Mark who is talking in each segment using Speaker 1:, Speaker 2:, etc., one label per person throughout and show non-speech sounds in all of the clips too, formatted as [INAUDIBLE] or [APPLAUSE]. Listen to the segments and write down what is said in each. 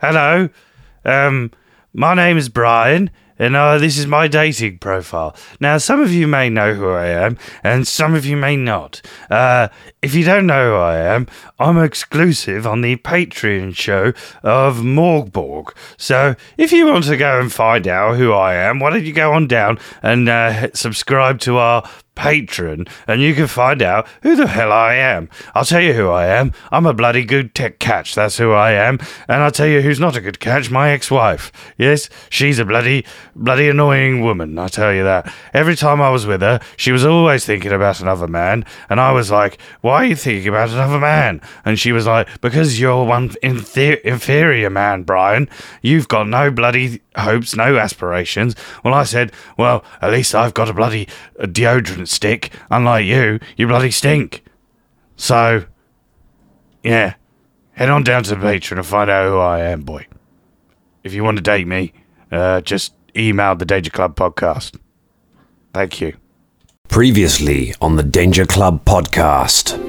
Speaker 1: hello, um, my name is Brian, and uh, this is my dating profile. Now, some of you may know who I am, and some of you may not. Uh, if you don't know who I am, I'm exclusive on the Patreon show of Morgborg. So, if you want to go and find out who I am, why don't you go on down and uh, hit subscribe to our patron and you can find out who the hell I am. I'll tell you who I am. I'm a bloody good tech catch, that's who I am. And I'll tell you who's not a good catch, my ex-wife. Yes, she's a bloody bloody annoying woman, I tell you that. Every time I was with her, she was always thinking about another man, and I was like, "Why are you thinking about another man?" And she was like, "Because you're one infer- inferior man, Brian. You've got no bloody hopes, no aspirations." Well, I said, "Well, at least I've got a bloody uh, deodorant stick. Unlike you, you bloody stink. So, yeah, head on down to the patron and find out who I am, boy. If you want to date me, uh, just email the Danger Club podcast. Thank you.
Speaker 2: Previously on the Danger Club podcast.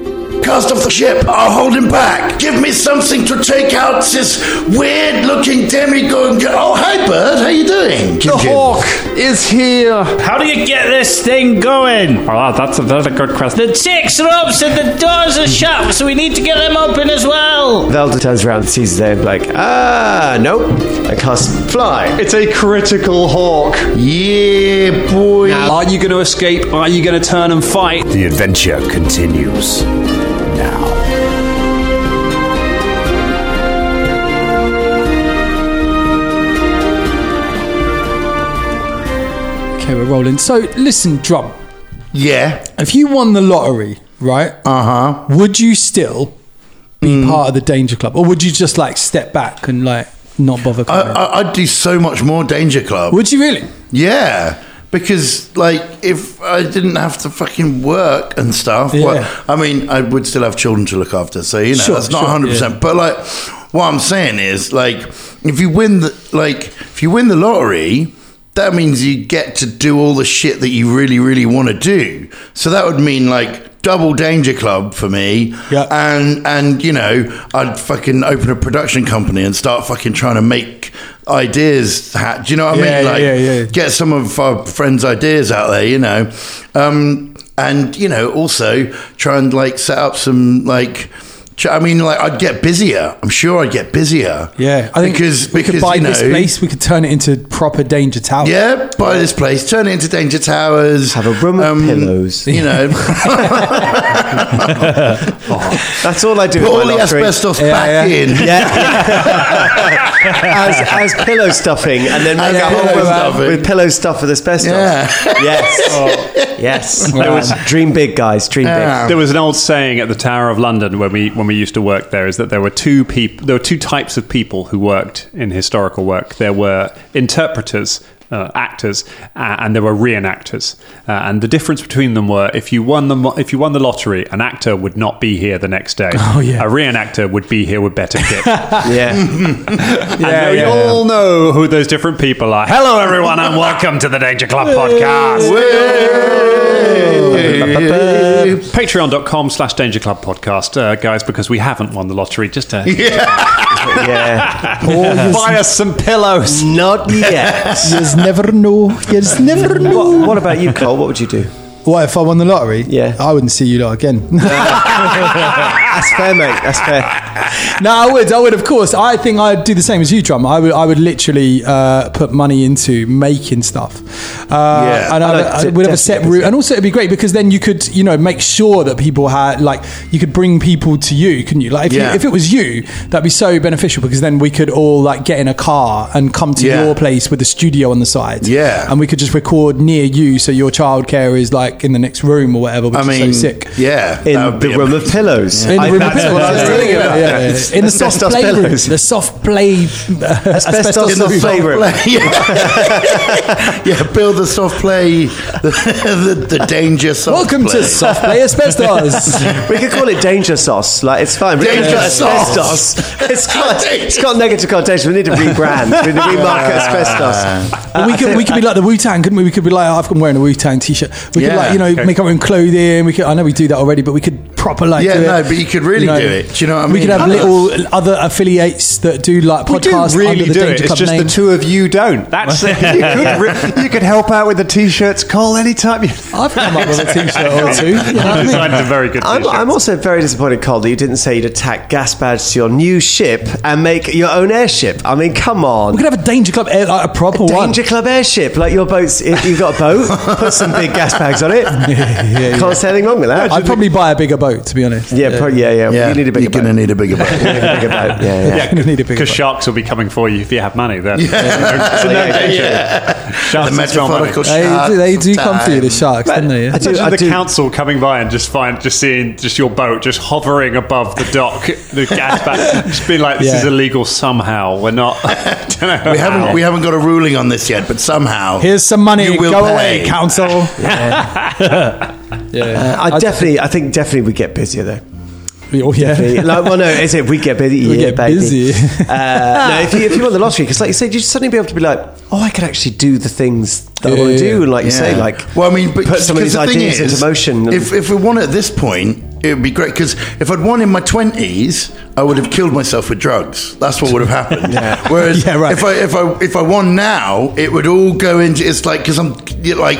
Speaker 3: Cast off the ship. I'll hold him back. Give me something to take out this weird-looking demigod. Oh, hi, bird. How you doing?
Speaker 4: The hawk is here.
Speaker 5: How do you get this thing going?
Speaker 4: Well, that's a, that's a good question.
Speaker 5: The ticks are up, so the doors are shut, so we need to get them open as well.
Speaker 6: Velda turns around and sees them like, ah, nope, I cast fly.
Speaker 4: It's a critical hawk.
Speaker 3: Yeah, boy.
Speaker 6: Now-
Speaker 4: Are you going to escape? Are you going to turn and fight?
Speaker 2: The adventure continues now.
Speaker 7: Okay, we're rolling. So, listen, Drum.
Speaker 3: Yeah.
Speaker 7: If you won the lottery, right? Uh
Speaker 3: Uh-huh.
Speaker 7: huh. Would you still be
Speaker 3: Mm.
Speaker 7: part of the Danger Club, or would you just like step back and like not bother
Speaker 3: I,
Speaker 7: coming?
Speaker 3: I, I'd do so much more Danger Club.
Speaker 7: would you really?
Speaker 3: Yeah, because like if I didn't have to fucking work and stuff,
Speaker 7: Yeah.
Speaker 3: well, I mean, I would still have children to look after. So you know,
Speaker 7: Sure,
Speaker 3: that's not
Speaker 7: sure,
Speaker 3: hundred percent. But like, what I'm saying is, like, if you win the like, if you win the lottery. That means you get to do all the shit that you really, really want to do. So that would mean like double danger club for me.
Speaker 7: Yeah.
Speaker 3: And and you know, I'd fucking open a production company and start fucking trying to make ideas. Ha- do you know what I
Speaker 7: Yeah,
Speaker 3: mean?
Speaker 7: yeah,
Speaker 3: Like,
Speaker 7: yeah, yeah.
Speaker 3: get some of our friends' ideas out there, you know. Um, and you know, also try and like set up some like. ch- I mean, like I'd get busier. I'm sure I'd get busier.
Speaker 7: Yeah, I think
Speaker 3: because
Speaker 7: we
Speaker 3: because
Speaker 7: could buy
Speaker 3: you know,
Speaker 7: this place. We could turn it into proper Danger Tower.
Speaker 3: Yeah, buy this place, turn it into Danger Towers. um,
Speaker 6: Have a room of [LAUGHS] pillows.
Speaker 3: You
Speaker 7: [LAUGHS]
Speaker 3: know, [LAUGHS]
Speaker 6: That's all I do.
Speaker 3: put
Speaker 6: with my
Speaker 3: all the
Speaker 6: lottery.
Speaker 3: asbestos
Speaker 7: Yeah,
Speaker 3: back
Speaker 7: yeah.
Speaker 3: in.
Speaker 6: [LAUGHS] as, as pillow stuffing, and then make
Speaker 3: Yeah,
Speaker 6: a whole
Speaker 3: pillow
Speaker 6: room
Speaker 3: stuffing.
Speaker 6: with pillow stuff with asbestos.
Speaker 3: Yeah.
Speaker 6: [LAUGHS] Yes. Yes.
Speaker 7: Wow.
Speaker 6: There was- dream big, guys. Dream
Speaker 3: Yeah.
Speaker 6: big.
Speaker 4: There was an old saying at the Tower of London when we when we used to work there is that there were two people there were two types of people who worked in historical work. There were interpreters, uh, actors, uh, and there were reenactors. Uh, and the difference between them were if you won the mo- if you won the lottery, an actor would not be here the next day.
Speaker 7: Oh, yeah.
Speaker 4: a reenactor would be here with better
Speaker 7: [LAUGHS]
Speaker 4: kit.
Speaker 6: Yeah.
Speaker 4: and we
Speaker 7: yeah.
Speaker 4: all know who those different people are. Hello, everyone, and welcome to the Danger Club podcast. Patreon.com slash Danger Club podcast, uh, guys, because we haven't won the lottery. Just
Speaker 6: [LAUGHS]
Speaker 4: uh, to
Speaker 3: [LAUGHS]
Speaker 6: yeah.
Speaker 4: buy us some pillows.
Speaker 6: Not yet.
Speaker 7: Yes, never know. Yes, never know.
Speaker 6: What, what about you, Cole? What would you do?
Speaker 7: What if I won the lottery?
Speaker 6: Yeah.
Speaker 7: I wouldn't see you lot again.
Speaker 6: That's fair, mate. That's fair.
Speaker 7: No, I would. I would, of course. I think I'd do the same as you, Drum. I would. I would literally uh, put money into making stuff. Uh,
Speaker 3: Yeah.
Speaker 7: and I,
Speaker 6: I like
Speaker 7: I
Speaker 6: to-
Speaker 7: would have a set
Speaker 6: definitely
Speaker 7: route, and also it'd be great because then you could, you know, make sure that people had like you could bring people to you, couldn't you? Like if,
Speaker 3: Yeah.
Speaker 7: you, if it was you, that'd be so beneficial because then we could all like get in a car and come to
Speaker 3: Yeah.
Speaker 7: your place with a studio on the side.
Speaker 3: Yeah.
Speaker 7: and we could just record near you, so your childcare is like in the next room or whatever. Which
Speaker 3: I mean,
Speaker 7: is so sick.
Speaker 3: yeah,
Speaker 6: In
Speaker 3: that would
Speaker 6: the
Speaker 3: be
Speaker 6: room
Speaker 3: amazing.
Speaker 6: of pillows.
Speaker 7: In the
Speaker 6: I-
Speaker 7: room
Speaker 6: that's
Speaker 7: of
Speaker 6: what I was
Speaker 7: pillows.
Speaker 6: telling you
Speaker 7: Yeah,
Speaker 6: about.
Speaker 7: yeah, yeah. In the soft
Speaker 6: Asbestos
Speaker 7: play room.
Speaker 6: pillows.
Speaker 7: The soft play. uh,
Speaker 6: Asbestos
Speaker 3: In the
Speaker 6: soft play
Speaker 3: soft
Speaker 6: room.
Speaker 3: play,
Speaker 6: [LAUGHS]
Speaker 3: Yeah. yeah, build the soft play, the, the, the danger soft
Speaker 7: Welcome
Speaker 3: play.
Speaker 7: to Soft Play Asbestos.
Speaker 6: [LAUGHS] We could call it danger sauce. Like it's fine. We could
Speaker 3: Danger
Speaker 6: call it
Speaker 3: sauce.
Speaker 6: [LAUGHS] asbestos. It's got it's got negative connotations. We need to rebrand. We need to remarket asbestos.
Speaker 7: Well, we could we could be like the Wu Tang, couldn't we? We could be like, oh, I've been wearing a Wu Tang t-shirt. We
Speaker 3: Yeah,
Speaker 7: could like you know
Speaker 3: okay.
Speaker 7: make our own clothing. We could I know we do that already, but we could proper like.
Speaker 3: Yeah,
Speaker 7: do it,
Speaker 3: no, but you could really do it. Do you know what I
Speaker 7: We could
Speaker 3: mean?
Speaker 7: have little other affiliates that do like
Speaker 4: We do
Speaker 7: podcasts under
Speaker 4: really
Speaker 7: the
Speaker 4: do
Speaker 7: Danger
Speaker 4: it. It's
Speaker 7: Club
Speaker 4: just
Speaker 7: name.
Speaker 4: the two of you don't. [LAUGHS] That's it. You could, re- you could help out with the t-shirts. Call anytime. You-
Speaker 7: I've come up with a t-shirt or two. You know what I mean?
Speaker 4: designed a very good
Speaker 6: I'm,
Speaker 4: t-shirt.
Speaker 6: I'm also very disappointed, Cole, that you didn't say you'd attack gas badge to your new ship and make your own airship. I mean, come on.
Speaker 7: We could have a Danger Club, air, like a proper one.
Speaker 6: Danger Club airship, like your boat's, if you've got a
Speaker 4: [LAUGHS]
Speaker 6: boat, put some big gas bags on it. Can't say anything wrong with that.
Speaker 7: I'd probably buy a bigger boat, to be honest.
Speaker 6: yeah, pro- yeah, yeah,
Speaker 3: Yeah,
Speaker 6: You need a
Speaker 3: you're
Speaker 6: bigger
Speaker 3: going to
Speaker 6: boat.
Speaker 3: need a bigger
Speaker 6: [LAUGHS]
Speaker 3: boat.
Speaker 6: You need a bigger boat. Yeah,
Speaker 7: [LAUGHS]
Speaker 6: yeah.
Speaker 7: I'm gonna need a bigger
Speaker 4: Because
Speaker 7: boat.
Speaker 4: sharks will be coming for you if you have money. Then It's a [LAUGHS] no
Speaker 6: Yeah,
Speaker 4: danger.
Speaker 3: the
Speaker 4: Sharks will smell money.
Speaker 3: metaphorical
Speaker 7: They
Speaker 3: shark.
Speaker 7: do, they do come
Speaker 3: sometime.
Speaker 7: for you, the sharks, don't they? Yeah.
Speaker 6: I do-
Speaker 4: Imagine
Speaker 6: I
Speaker 4: the
Speaker 6: do-
Speaker 4: council coming by and just find, just seeing, just your boat just hovering above the dock, the gas bag, just being like, "This
Speaker 7: Yeah.
Speaker 4: is illegal somehow. We're not." [LAUGHS] don't know
Speaker 3: We
Speaker 4: how.
Speaker 3: haven't we haven't got a ruling on this yet, but somehow
Speaker 7: Here's some money.
Speaker 3: You will
Speaker 7: Go
Speaker 3: pay.
Speaker 7: away, council. Yeah. yeah.
Speaker 6: I definitely, I think definitely we get busier though.
Speaker 7: Oh, [LAUGHS] yeah.
Speaker 6: like, well, no, is it we get busy?
Speaker 7: We
Speaker 6: yeah,
Speaker 7: get
Speaker 6: baby.
Speaker 7: busy.
Speaker 6: uh, no, if you, if you won the lottery, because like you said, you'd suddenly be able to be like, oh, I could actually do the things that I want
Speaker 7: Yeah.
Speaker 6: to do, and like you
Speaker 3: Yeah.
Speaker 6: say, like,
Speaker 3: well, I mean, but
Speaker 6: put some of
Speaker 3: because
Speaker 6: these
Speaker 3: the thing
Speaker 6: ideas
Speaker 3: is,
Speaker 6: into motion.
Speaker 3: If if we won at this point, it would be great because if I'd won in my twenties, I would have killed myself with drugs. That's what would have happened. Whereas
Speaker 7: [LAUGHS] Yeah, right.
Speaker 3: if I if I if I won now, it would all go into it's like because I'm you're like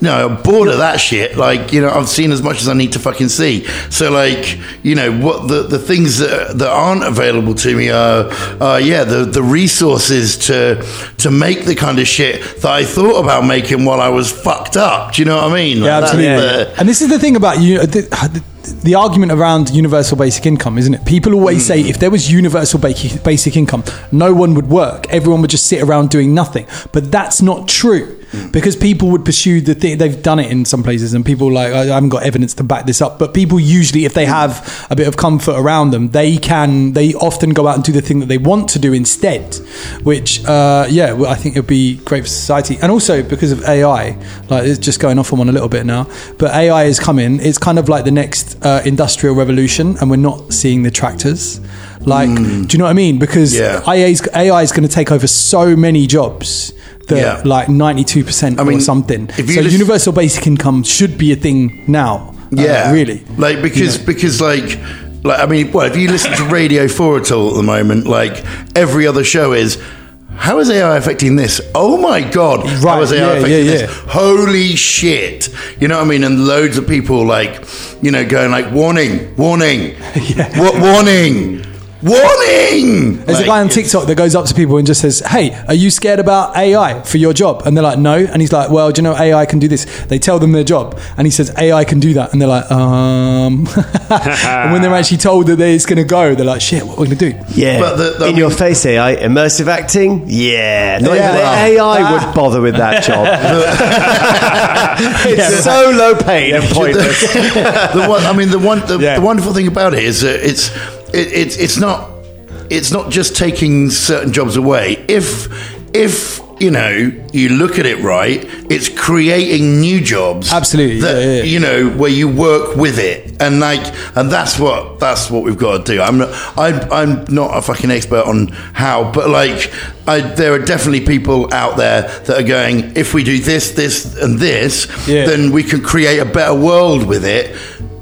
Speaker 3: no I'm bored of that shit. Like you know, I've seen as much as I need to fucking see. So like you know what the the things that that aren't available to me are uh, yeah the the resources to to make the kind of shit that I thought about making while I was fucked up. Do you know what I mean? Like,
Speaker 7: Yeah,
Speaker 3: that's
Speaker 7: absolutely.
Speaker 3: the-
Speaker 7: And this is the thing about you. The, the argument around universal basic income, isn't it? People always say if there was universal basic, basic income, no one would work. Everyone would just sit around doing nothing. But that's not true because people would pursue the thing. They've done it in some places, and people like I I haven't got evidence to back this up. But people usually, if they have a bit of comfort around them, they can. They often go out and do the thing that they want to do instead. Which, uh, yeah, well, I think it'd be great for society, and also because of AI. Like it's just going off on one a little bit now, but AI is coming. It's kind of like the next uh, industrial revolution, and we're not seeing the tractors. Like, do you know what I mean? Because
Speaker 3: Hmm. Yeah.
Speaker 7: AI is, AI is going to take over so many jobs that
Speaker 3: Yeah.
Speaker 7: like ninety two percent
Speaker 3: I mean,
Speaker 7: or something.
Speaker 3: if you
Speaker 7: so
Speaker 3: lis-
Speaker 7: universal basic income should be a thing now. Uh,
Speaker 3: Yeah,
Speaker 7: really.
Speaker 3: Like because because like like I mean, well, if you listen to Radio Four at all at the moment, like every other show is. How is AI affecting this? Oh my god! How
Speaker 7: Right,
Speaker 3: is AI
Speaker 7: yeah,
Speaker 3: affecting
Speaker 7: yeah,
Speaker 3: this?
Speaker 7: yeah.
Speaker 3: Holy shit! You know what I mean? And loads of people like, you know, going like, warning,
Speaker 7: [LAUGHS]
Speaker 3: warning, what warning, warning.
Speaker 7: There's
Speaker 3: Like,
Speaker 7: a guy on
Speaker 3: it's-
Speaker 7: TikTok that goes up to people and just says, "Hey, are you scared about AI for your job?" And they're like, "No." And he's like, "Well, do you know AI can do this?" They tell them their job, and he says, "AI can do that," and they're like, "Um." [LAUGHS] and when they're actually told that they- it's going to go, they're like, "Shit, what are we going to do?"
Speaker 6: yeah,
Speaker 3: But the- the-
Speaker 6: in your face AI, immersive acting. Yeah, not
Speaker 7: Yeah.
Speaker 6: even the
Speaker 7: [LAUGHS]
Speaker 6: AI would bother with that job. it's so low paid and pointless.
Speaker 3: [LAUGHS] the one, I mean, the one, the,
Speaker 7: Yeah.
Speaker 3: the wonderful thing about it is that it's, it, it's, it's not, it's not just taking certain jobs away. If, if you know, you look at it right, it's creating new jobs.
Speaker 7: Absolutely,
Speaker 3: that,
Speaker 7: yeah, yeah.
Speaker 3: you know, where you work with it, and like, and that's what that's what we've got to do. I'm not, I'm, I'm not a fucking expert on how, but like, I, there are definitely people out there that are going, if we do this, this, and this,
Speaker 7: Yeah.
Speaker 3: then we can create a better world with it.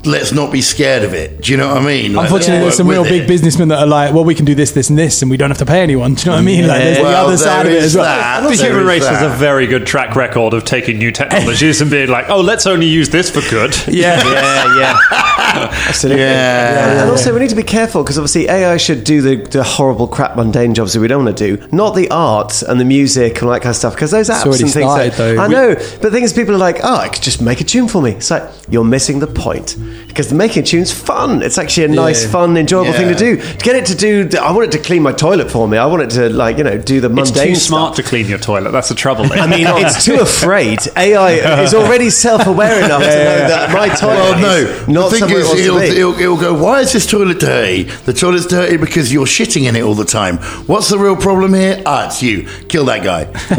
Speaker 3: Let's not be scared of it. Do you know what I mean? Like,
Speaker 7: Unfortunately,
Speaker 3: let's
Speaker 7: there's some
Speaker 3: work
Speaker 7: real
Speaker 3: with
Speaker 7: big
Speaker 3: it.
Speaker 7: businessmen that are like, "Well, we can do this, this, and this, and we don't have to pay anyone." [LAUGHS] Do you know what I mean? Like, there's
Speaker 3: Well,
Speaker 7: the other
Speaker 3: there
Speaker 7: side of it
Speaker 3: is
Speaker 7: as well.
Speaker 3: that.
Speaker 4: The
Speaker 3: There
Speaker 4: human
Speaker 3: is
Speaker 4: race has
Speaker 3: that.
Speaker 4: a very good track record of taking new technologies and being like, "Oh, let's only use this for good." [LAUGHS]
Speaker 7: Yeah.
Speaker 6: yeah, yeah. Absolutely. And also, we need to be careful because obviously AI should do the, the horrible, crap, mundane jobs that we don't want to do, not the art and the music and all that kind of stuff. Because those apps
Speaker 7: already
Speaker 6: and things.
Speaker 7: started,
Speaker 6: that-
Speaker 7: though.
Speaker 6: I
Speaker 7: We-
Speaker 6: know, but the thing is, people are like, oh, I could just make a tune for me. It's like, you're missing the point. Because making a tune's fun. It's actually a nice, fun, enjoyable
Speaker 3: Yeah.
Speaker 6: thing to do. To get it to do, the- I want it to clean my toilet for me. I want it to, like, you know, do the
Speaker 4: It's
Speaker 6: mundane
Speaker 4: too
Speaker 6: stuff.
Speaker 4: smart to clean your toilet. That's the trouble.
Speaker 3: [LAUGHS]
Speaker 6: I mean, it's too afraid. AI is already self-aware enough to know that my toilet
Speaker 3: Well,
Speaker 6: is
Speaker 3: no. the
Speaker 6: not
Speaker 3: thing
Speaker 6: somewhere it
Speaker 3: is,
Speaker 6: wants to
Speaker 3: it'll,
Speaker 6: be.
Speaker 3: it'll, it'll go, why is this toilet dirty? The toilet's dirty because you're shitting in it all the time. What's the real problem here? Ah, it's you. Kill that guy.
Speaker 6: I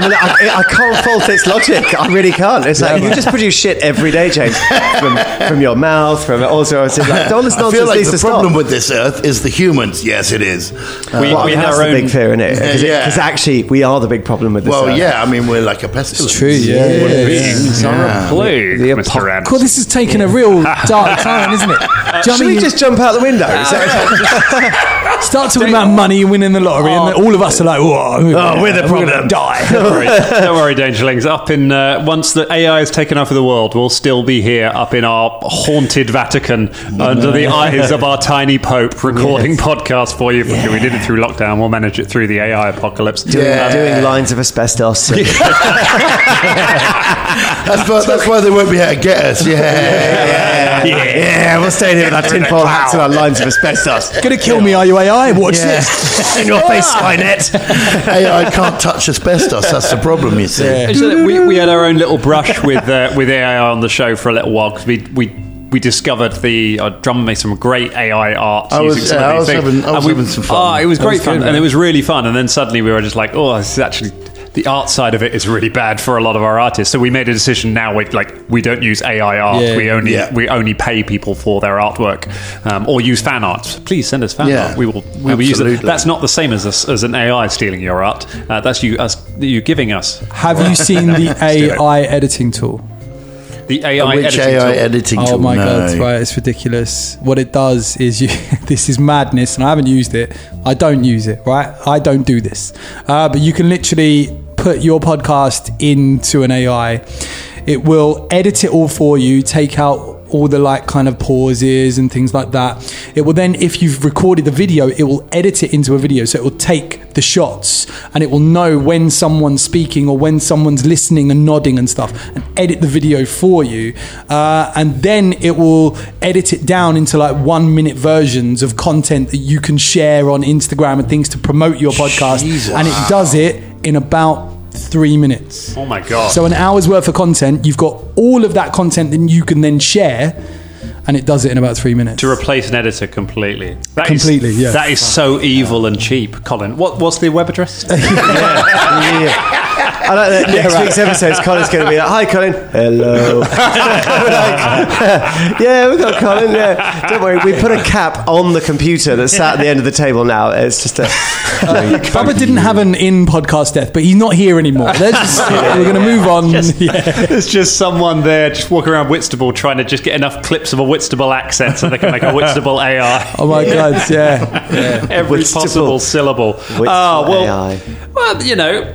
Speaker 6: mean, I, I can't fault its logic. I really can't. It's like you just produce shit shit every day, James, from, from your mouth, from all sorts of like, all this
Speaker 3: I
Speaker 6: nonsense
Speaker 3: feel like
Speaker 6: needs
Speaker 3: the
Speaker 6: to stop.
Speaker 3: problem with this Earth is the humans. Yes, it is. Uh,
Speaker 4: We,
Speaker 6: Well,
Speaker 4: we had
Speaker 6: that's
Speaker 4: our
Speaker 6: the
Speaker 4: own.
Speaker 6: big fear, innit? Because
Speaker 3: Yeah.
Speaker 6: actually, we are the big problem with this.
Speaker 3: well,
Speaker 6: earth.
Speaker 3: yeah. I mean, we're like a pestilence.
Speaker 7: true, yeah.
Speaker 4: Beings are a plague,
Speaker 6: The
Speaker 4: Mr. Adams.
Speaker 7: Cool, this is taking a real dark turn, isn't it? Do you know what I
Speaker 6: Should
Speaker 7: mean?
Speaker 6: we just jump out the window? Is that-
Speaker 7: Start talking about money and winning the lottery, and then all of us are like, "Whoa,
Speaker 3: Oh, we're the
Speaker 7: gonna
Speaker 3: problem."
Speaker 7: Die. [LAUGHS]
Speaker 4: Don't worry, don't worry, Dangerlings. Up in uh, once the AI has taken over the world, we'll still be here, up in our haunted Vatican, under the eyes of our tiny Pope, recording podcasts for you. We did it through lockdown. We'll manage it through the AI apocalypse.
Speaker 3: Yeah.
Speaker 6: [LAUGHS] Doing lines of asbestos.
Speaker 3: That's why, that's why they won't be able to get us. Yeah. yeah.
Speaker 6: yeah, we'll stay there with our tinfoil hats and our lines of asbestos.
Speaker 7: Gonna kill me, are you AI? Watch this.
Speaker 6: In your face, Skynet.
Speaker 3: AI can't touch asbestos. That's the problem, you see.
Speaker 4: It's just that we, we had our own little brush with uh, with AI on the show for a little while because we we. We discovered the uh, drummer made some great AI art.
Speaker 3: I was-
Speaker 4: using some
Speaker 3: yeah,
Speaker 4: of
Speaker 3: I
Speaker 4: these
Speaker 3: was
Speaker 4: things.
Speaker 3: having- I was
Speaker 4: And we-
Speaker 3: having some fun.
Speaker 4: Ah, it was
Speaker 7: That was
Speaker 4: great fun,
Speaker 7: good,
Speaker 4: and it
Speaker 7: man.
Speaker 4: was really fun. And then suddenly we were just like, "Oh, this is actually the art side of it is really bad for a lot of our artists." So we made a decision now. We like we don't use AI art.
Speaker 7: Yeah.
Speaker 4: We only
Speaker 3: Yeah.
Speaker 4: we only pay people for their artwork, um, or use fan art. Please send us fan
Speaker 3: Yeah.
Speaker 4: art. We will we will use it.
Speaker 3: Absolutely.
Speaker 4: That's not the same as us, as an AI stealing your art. Uh, that's you us you giving us
Speaker 7: Have you seen [LAUGHS] the AI editing tool?
Speaker 4: The AI
Speaker 3: Which
Speaker 4: editing
Speaker 3: AI
Speaker 4: tool.
Speaker 3: editing tool?
Speaker 7: Oh my
Speaker 3: no.
Speaker 7: god, right, it's ridiculous. What it does is you [LAUGHS] this is madness and I haven't used it. I don't use it, right? I don't do this. Uh, but you can literally put your podcast into an AI. It will edit it all for you, take out all the like kind of pauses and things like that. It will then if you've recorded the video, it will edit it into a video. So it will take the shots and it will know when someone's speaking or when someone's listening and nodding and stuff and edit the video for you. Uh, and then it will edit it down into like one minute versions of content that you can share on Instagram and things to promote your podcast.
Speaker 3: Jesus.
Speaker 7: And it does it in about three minutes.
Speaker 4: Oh my god!
Speaker 7: So an hour's worth of content, you've got all of that content that you can then share, and it does it in about three minutes.
Speaker 4: to replace an editor completely. That is-
Speaker 7: Completely, yeah.
Speaker 4: That is so evil and cheap, Colin. What what's the
Speaker 7: [LAUGHS]
Speaker 4: web address?
Speaker 6: [LAUGHS] Yeah. I like that next week's episode, Colin's going to be like, hi, Colin. [LAUGHS] Hello. Like, [LAUGHS] yeah, we got Colin. Yeah. Don't worry, we put a cap on the computer that's sat at the end of the table now. It's just a.
Speaker 7: Bubba didn't have an in podcast death, but he's not here
Speaker 4: [LAUGHS]
Speaker 7: anymore. Let's just- we're going to move on. [LAUGHS] yeah.
Speaker 4: There's just someone there just walking around Whitstable trying to just get enough clips of a Whitstable accent so they can make a Whitstable AI.
Speaker 7: [LAUGHS] Oh my god, yeah.
Speaker 4: [LAUGHS] Every
Speaker 6: Whitstable.
Speaker 4: possible syllable.
Speaker 6: Whitstable
Speaker 4: Ah, well,
Speaker 6: AI.
Speaker 4: well, you know.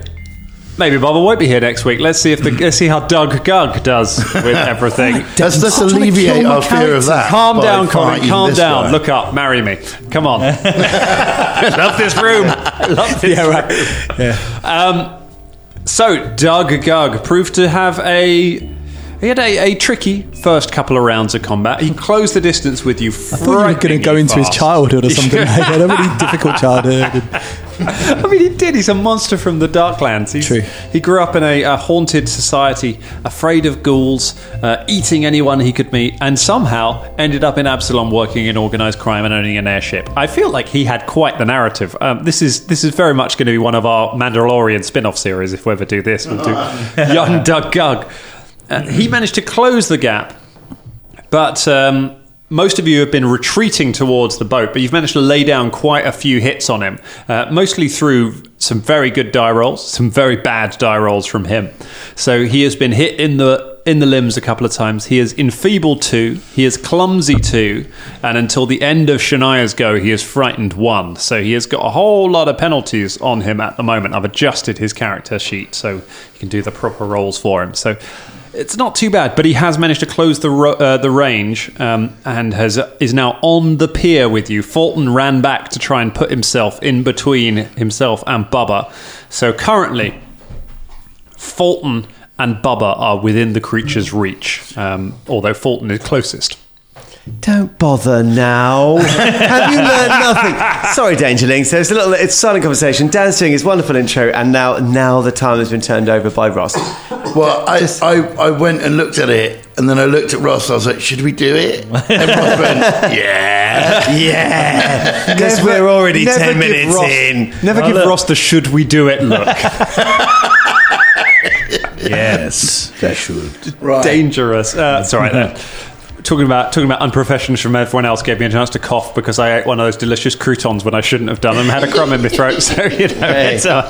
Speaker 4: Maybe Bobber won't be here next week. Let's see if the, let's see how Doug Gug does
Speaker 6: [LAUGHS]
Speaker 4: with everything.
Speaker 3: Let's, let's
Speaker 7: I'm trying to
Speaker 3: alleviate
Speaker 7: kill my
Speaker 3: our fear of
Speaker 7: character.
Speaker 3: that.
Speaker 4: Calm
Speaker 3: by
Speaker 4: down, Colin.
Speaker 3: fighting
Speaker 4: Calm
Speaker 3: this
Speaker 4: down.
Speaker 3: guy.
Speaker 4: Look up. Marry me.
Speaker 7: [LAUGHS]
Speaker 4: Come on. Love this room. [LAUGHS] Love this
Speaker 7: Yeah, right.
Speaker 4: room. Um, so, Doug Gug proved to have a. He had a, a tricky first couple of rounds of combat. He closed the distance with you. I
Speaker 7: I thought you were going to go into his childhood
Speaker 4: [LAUGHS]
Speaker 7: or something. like that. A really difficult childhood.
Speaker 4: [LAUGHS] I mean, he did. He's a monster from the Darklands. He's,
Speaker 7: True.
Speaker 4: He grew up in a, a haunted society, afraid of ghouls, uh, eating anyone he could meet, and somehow ended up in Absalom working in organized crime and owning an airship. I feel like he had quite the narrative. Um, this is this is very much going to be one of our Mandalorian spin-off series if we ever do this. We'll do Young Doug Gug. Uh, he managed to close the gap but um, most of you have been retreating towards the boat, but you've managed to lay down quite a few hits on him, uh, mostly through some very good die rolls, some very bad die rolls from him. So he has been hit in the in the limbs a couple of times. He is enfeebled two. He is clumsy two, and until the end of Shania's go, he is frightened one. So he has got a whole lot of penalties on him at the moment. I've adjusted his character sheet so you can do the proper rolls for him. So it's not too bad, but he has managed to close the ro- uh, the range um, and has is now on the pier with you. Fulton ran back to try and put himself in between himself and Bubba. So currently, Fulton and Bubba are within the creature's reach, um, although Fulton is closest.
Speaker 6: [LAUGHS] Don't bother now. Have you learned nothing? Sorry, Dangerlings. There's a little. It's silent conversation. Dan's doing his wonderful intro, and now, now the time has been turned over by [LAUGHS] Ross.
Speaker 3: Well, I, I, I went and looked at it, and then I looked at Ross. I was like, "Should we do it?" Everyone
Speaker 4: [LAUGHS]
Speaker 3: went, "Yeah, yeah."
Speaker 6: Because
Speaker 2: Never-
Speaker 6: we're already
Speaker 2: never
Speaker 6: ten
Speaker 2: give
Speaker 6: minutes
Speaker 2: Ross-
Speaker 6: in.
Speaker 4: Never give Ross the should we do it look.
Speaker 3: Yes, you should. Right.
Speaker 4: dangerous. Uh, it's all right then. [LAUGHS] Talking about talking about unprofessionals from everyone else gave me a chance to cough because I ate one of those delicious croutons when I shouldn't have done them. Had a crumb in my throat, [LAUGHS] so you know it's, [LAUGHS] uh,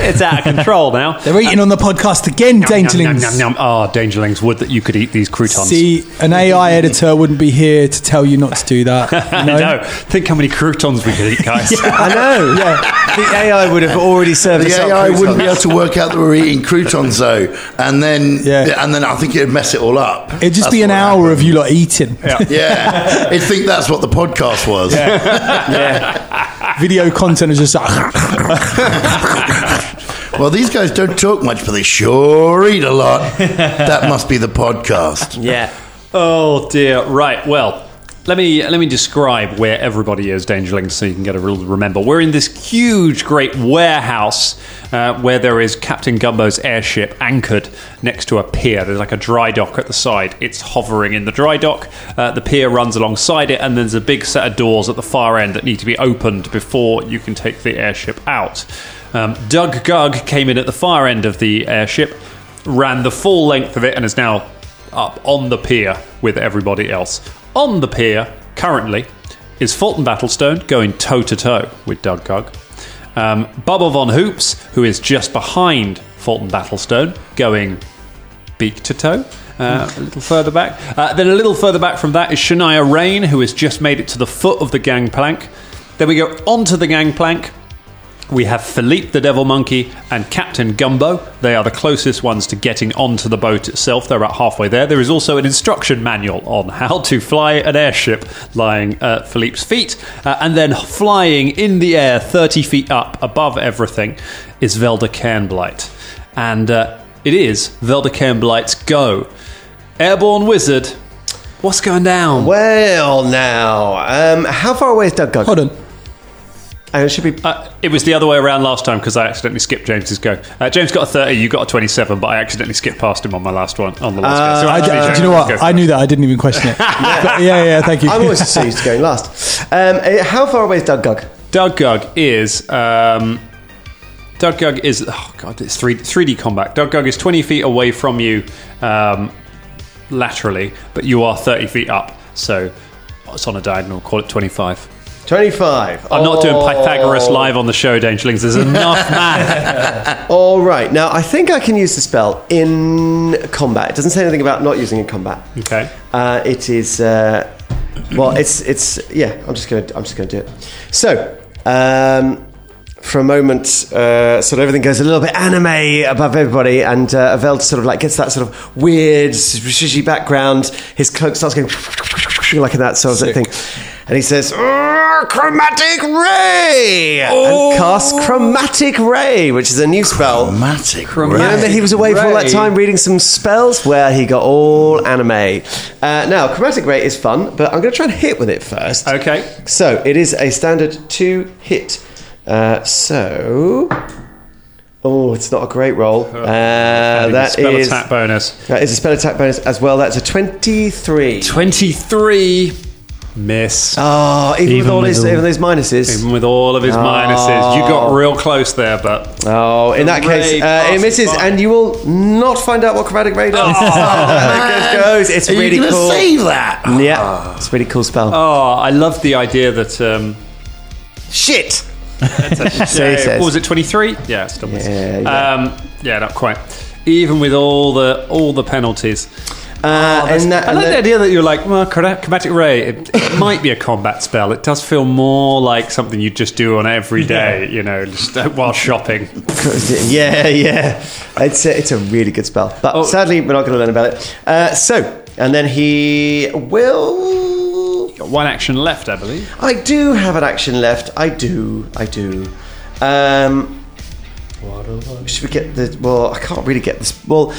Speaker 4: it's out of control now.
Speaker 7: They're eating on the podcast again,
Speaker 4: uh, Nom, nom, nom,
Speaker 7: Dangerlings.
Speaker 4: nom. Ah, dangerlings. Would that you could eat these croutons.
Speaker 7: See, an AI editor wouldn't be here to tell you not to do that.
Speaker 4: [LAUGHS] [LAUGHS] I
Speaker 7: You know?
Speaker 4: know.
Speaker 7: [LAUGHS]
Speaker 4: Think how many croutons we could eat, [LAUGHS] guys.
Speaker 6: I know. Yeah, the AI would have already served.
Speaker 3: The
Speaker 6: us up
Speaker 3: AI wouldn't be
Speaker 6: croutons.
Speaker 3: able to work out that we're eating croutons though, and then
Speaker 7: Yeah.
Speaker 3: and then I think it'd mess it all up.
Speaker 7: It'd just
Speaker 3: That's
Speaker 7: be an
Speaker 3: what
Speaker 7: hour
Speaker 3: happened.
Speaker 7: of you lot eating.
Speaker 3: Yeah, it'd think that's what the podcast was.
Speaker 7: [LAUGHS] Video content is just like, [LAUGHS]
Speaker 3: Well, these guys don't talk much, but they sure eat a lot. that must be the podcast.
Speaker 6: Yeah.
Speaker 4: Oh dear. Right. Well, let me let me describe where everybody is, Dangerling, so you can get a real remember. We're in this huge, great warehouse uh, where there is Captain Gumbo's airship anchored next to a pier. There's like a dry dock at the side. It's hovering in the dry dock. Uh, the pier runs alongside it, and there's a big set of doors at the far end that need to be opened before you can take the airship out. Um, Doug Gug came in at the far end of the airship, ran the full length of it, and is now up on the pier with everybody else. On the pier, currently, is Fulton Battlestone going toe to toe with Doug Gug. Um, Bubba Von Hoops, who is just behind Fulton Battlestone, going beak to toe. Uh, a little further back. Uh, then a little further back from that is Shania Rain, who has just made it to the foot of the gangplank. Then we go onto the gangplank. We have Philippe the Devil Monkey and Captain Gumbo. They are the closest ones to getting onto the boat itself. They're about halfway there. There is also an instruction manual on how to fly an airship lying at Philippe's feet. Uh, and then flying in the air 30 feet up above everything is Velda Cairnblight. And uh, it is Velda Cairnblight's go. Airborne Wizard, what's going down?
Speaker 6: Well, now, um, how far away is Doug Gug?
Speaker 7: hold on.
Speaker 6: Uh, it should be.
Speaker 4: Uh, it was the other way around last time because I accidentally skipped James's go. Uh, James got a 30, you got a 27, but I accidentally skipped past him on my last one. On the last go.
Speaker 7: Uh,
Speaker 4: So
Speaker 7: I,
Speaker 4: actually,
Speaker 7: I,
Speaker 4: James
Speaker 7: do you know
Speaker 4: can go
Speaker 7: what? I
Speaker 4: first.
Speaker 7: knew that. I didn't even question
Speaker 4: [LAUGHS]
Speaker 7: it. yeah, yeah, yeah, thank you.
Speaker 6: I'm always used to going last. Um, uh, how far away is Doug Gug?
Speaker 4: Doug Gug is. Um, Doug Gug is. Oh, God, it's 3, 3D combat. Doug Gug is 20 feet away from you um, laterally, but you are 30 feet up. So it's on a diagonal. Call it 25.
Speaker 6: 25.
Speaker 4: I'm not doing
Speaker 6: Oh.
Speaker 4: Pythagoras live on the show, Dangerlings. There's enough [LAUGHS] math.
Speaker 6: Oh, All right. Now, I think I can use the spell in combat. It doesn't say anything about not using it in combat.
Speaker 4: Okay.
Speaker 6: Uh, it is. Uh, well, it's it's yeah. I'm just gonna I'm just gonna do it. So. Um, for a moment, uh, sort of everything goes a little bit anime above everybody, and uh, Aveld sort of like gets that sort of weird, shishy background. His cloak starts going like that sort of thing, and he says, "Oh, "Chromatic ray," and casts chromatic ray, which is a new spell.
Speaker 3: Dramatic.
Speaker 6: You remember he was away for all that
Speaker 4: Ray.
Speaker 6: time reading some spells where he got all anime. Uh, now, Chromatic Ray is fun, but I'm going to try and hit with it first.
Speaker 7: Uh,
Speaker 4: Okay.
Speaker 6: So, it is a standard two hit. Uh, so. Oh, it's not a great roll. Uh, that,
Speaker 4: spell
Speaker 6: is,
Speaker 4: attack bonus.
Speaker 6: that is a spell attack bonus as well. That's a 23.
Speaker 4: 23. Miss.
Speaker 6: Oh, even, with
Speaker 4: Even
Speaker 6: all
Speaker 4: with
Speaker 6: his,
Speaker 4: all-
Speaker 6: even those minuses.
Speaker 4: Even with all of his minuses, you got real close there, but
Speaker 6: Oh, in that
Speaker 4: The ray
Speaker 6: case, uh, it
Speaker 4: passes
Speaker 6: misses,
Speaker 4: by.
Speaker 6: and you will not find out what chromatic ray [LAUGHS]
Speaker 4: Oh.
Speaker 6: does. it goes, goes. It's
Speaker 3: Are
Speaker 6: really
Speaker 3: you gonna
Speaker 6: cool.
Speaker 3: save that?
Speaker 6: Yeah, it's a really cool spell.
Speaker 4: Ah. oh, I love the idea
Speaker 6: [LAUGHS]
Speaker 4: that. Um,
Speaker 6: Shit!
Speaker 4: yeah,
Speaker 6: he says.
Speaker 4: What was it? Twenty three? Yeah, still miss.
Speaker 6: Yeah,
Speaker 4: Um, yeah, not quite. Even with all the all the penalties,
Speaker 6: Uh, and that,
Speaker 4: Oh, I
Speaker 6: and
Speaker 4: like the
Speaker 6: that-
Speaker 4: idea that you're like, well, chro- chromatic ray. It, it [LAUGHS] might be a combat spell. It does feel more like something you just do on every day, you know, just uh, while shopping.
Speaker 6: yeah, yeah. It's a, it's a really good spell, but
Speaker 4: Oh.
Speaker 6: sadly, we're not going to learn about it. Uh, so, and then he will.
Speaker 4: One action left, I believe.
Speaker 6: I do have an action left. I do. I do. Um, should we get the? Well, I can't really get this. Well,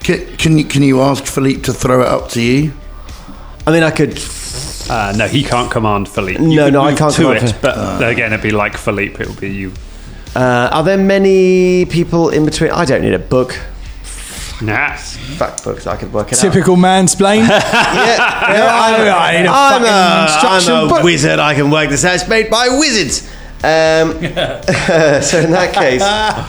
Speaker 3: Can, can you can you ask Philippe to throw it up to you?
Speaker 6: I mean, I could.
Speaker 4: Uh, no, he can't command Philippe. You
Speaker 6: No,
Speaker 4: could
Speaker 6: no, I
Speaker 4: move
Speaker 6: can't
Speaker 4: to
Speaker 6: command Uh.
Speaker 4: it.
Speaker 6: Philippe.
Speaker 4: But again, it'd be like Philippe. It would be you.
Speaker 6: Uh, are there many people in between? I don't need a book.
Speaker 4: Nah.
Speaker 6: Fact books. I could work it out.
Speaker 7: Typical
Speaker 6: [LAUGHS]
Speaker 7: mansplain. [LAUGHS]
Speaker 6: Yeah, yeah,
Speaker 7: I need a
Speaker 6: I'm
Speaker 7: fucking
Speaker 6: a-
Speaker 7: instruction
Speaker 6: I'm a
Speaker 7: book.
Speaker 6: wizard. I can work this out. It's made by wizards.
Speaker 7: [LAUGHS] [LAUGHS]
Speaker 6: [LAUGHS] Um, so in that case,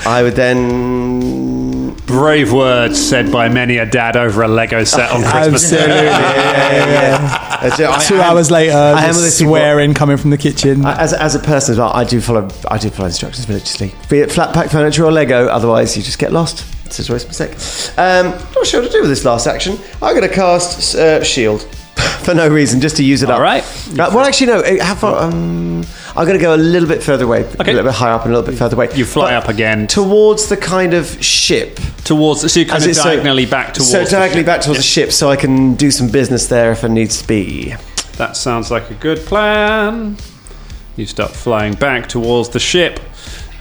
Speaker 6: I would then.
Speaker 4: Brave words said by many a dad over a Lego set on Christmas
Speaker 7: Absolutely.
Speaker 4: Day.
Speaker 6: yeah, yeah, yeah. That's it. I
Speaker 7: Two
Speaker 6: am-
Speaker 7: hours later,
Speaker 6: I
Speaker 7: I
Speaker 6: am
Speaker 7: am
Speaker 6: listening to what-
Speaker 7: swearing coming from the kitchen.
Speaker 6: I- Uh, As, as a person as well, I do follow I do follow instructions religiously. Be it flat pack furniture or Lego, otherwise you just get lost. It's just a waste of a sec. Um, not sure what to do with this last action. I'm going to cast uh, shield [LAUGHS] for no reason, just to use it up.
Speaker 4: right.
Speaker 6: Uh, well, actually, no. uh, How far? Um, I'm going to go a little bit further away, a little bit higher up, and a little bit further away.
Speaker 4: You fly
Speaker 6: But
Speaker 4: up again
Speaker 6: towards the kind of ship.
Speaker 4: towards, so you kind
Speaker 6: As
Speaker 4: of
Speaker 6: it's so-
Speaker 4: diagonally back towards.
Speaker 6: So
Speaker 4: the
Speaker 6: diagonally
Speaker 4: ship.
Speaker 6: back towards the ship, so I can do some business there if I needs to be.
Speaker 4: That sounds like a good plan. You start flying back towards the ship.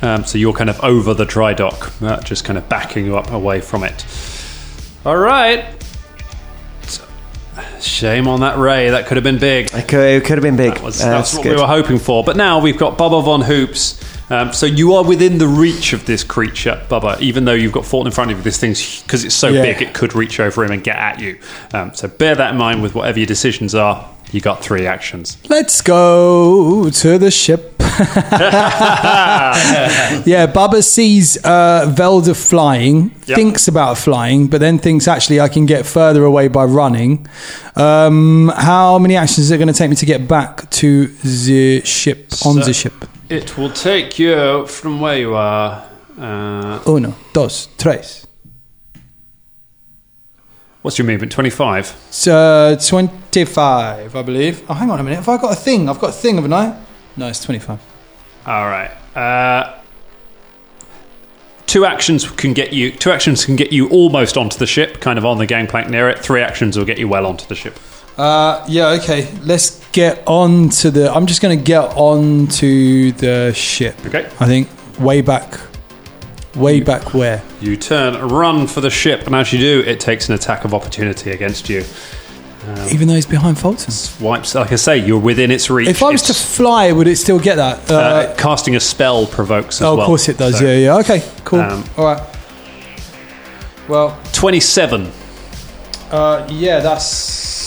Speaker 4: Um, so you're kind of over the dry dock, uh, just kind of backing you up away from it. All right. Shame on that ray. That could have been big.
Speaker 6: It could, it could have been big.
Speaker 4: That was,
Speaker 6: Uh,
Speaker 4: that's what
Speaker 6: good.
Speaker 4: we were hoping for. But now we've got Bubba von Hoops. Um, so you are within the reach of this creature, Bubba, even though you've got Fort in front of you. This thing's because it's so
Speaker 7: Yeah.
Speaker 4: big, it could reach over him and get at you. Um, so bear that in mind with whatever your decisions are. You got three actions.
Speaker 7: Let's go to the
Speaker 6: [LAUGHS]
Speaker 7: ship. yeah, Baba sees uh, Velda flying,
Speaker 4: Yep.
Speaker 7: thinks about flying, but then thinks actually I can get further away by running. Um, how many actions is it going to take me to get back to the ship on
Speaker 4: So-
Speaker 7: the ship?
Speaker 4: It will take you from where you are. Uh,
Speaker 7: Uno, dos, tres.
Speaker 4: what's your movement? Twenty-five.
Speaker 7: So uh, twenty-five, I believe. Oh, hang on a minute. Have I got a thing? I've got a thing, haven't I? No, it's twenty-five.
Speaker 4: All right. Uh, two actions can get you. Two actions can get you almost onto the ship, kind of on the gangplank near it. Three actions will get you well onto the ship.
Speaker 7: Uh, yeah, okay. Let's get on to the. I'm just going to get on to the ship.
Speaker 4: Okay.
Speaker 7: I think way back, way back where?
Speaker 4: You turn, run for the ship, and as you do, it takes an attack of opportunity against you.
Speaker 7: Even though he's behind Fulton.
Speaker 4: Wipes. Like I say, you're within its reach.
Speaker 7: If I was to
Speaker 4: It's-
Speaker 7: fly, would it still get that? Uh,
Speaker 4: uh, casting a spell provokes. As
Speaker 7: oh,
Speaker 4: well.
Speaker 7: of course it does.
Speaker 4: So,
Speaker 7: yeah, yeah. Okay, cool.
Speaker 4: um,
Speaker 7: All right. Well,
Speaker 4: Twenty-seven.
Speaker 7: uh, yeah, that's.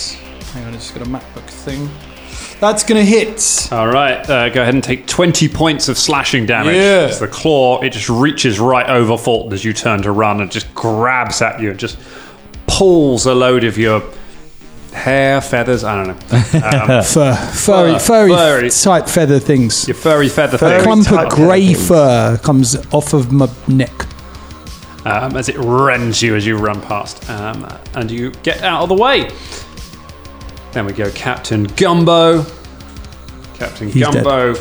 Speaker 7: Hang on, I just got a MacBook thing. That's going to hit.
Speaker 4: All right, uh, go ahead and take 20 points of slashing damage.
Speaker 7: Yeah.
Speaker 4: As the claw, it just reaches right over Fulton as you turn to run and just grabs at you and just pulls a load of your hair, feathers, I don't know.
Speaker 7: [LAUGHS] Fur, furry,
Speaker 4: Fur,
Speaker 7: furry,
Speaker 4: furry.
Speaker 7: type feather things.
Speaker 4: Your furry feather
Speaker 7: A
Speaker 4: thing.
Speaker 7: clump of
Speaker 6: type
Speaker 7: grey fur
Speaker 6: feather things.
Speaker 7: comes off of my neck.
Speaker 4: um, as it rends you as you run past. Um, and you get out of the way. Then we go Captain Gumbo. Captain
Speaker 7: He's dead.
Speaker 4: Gumbo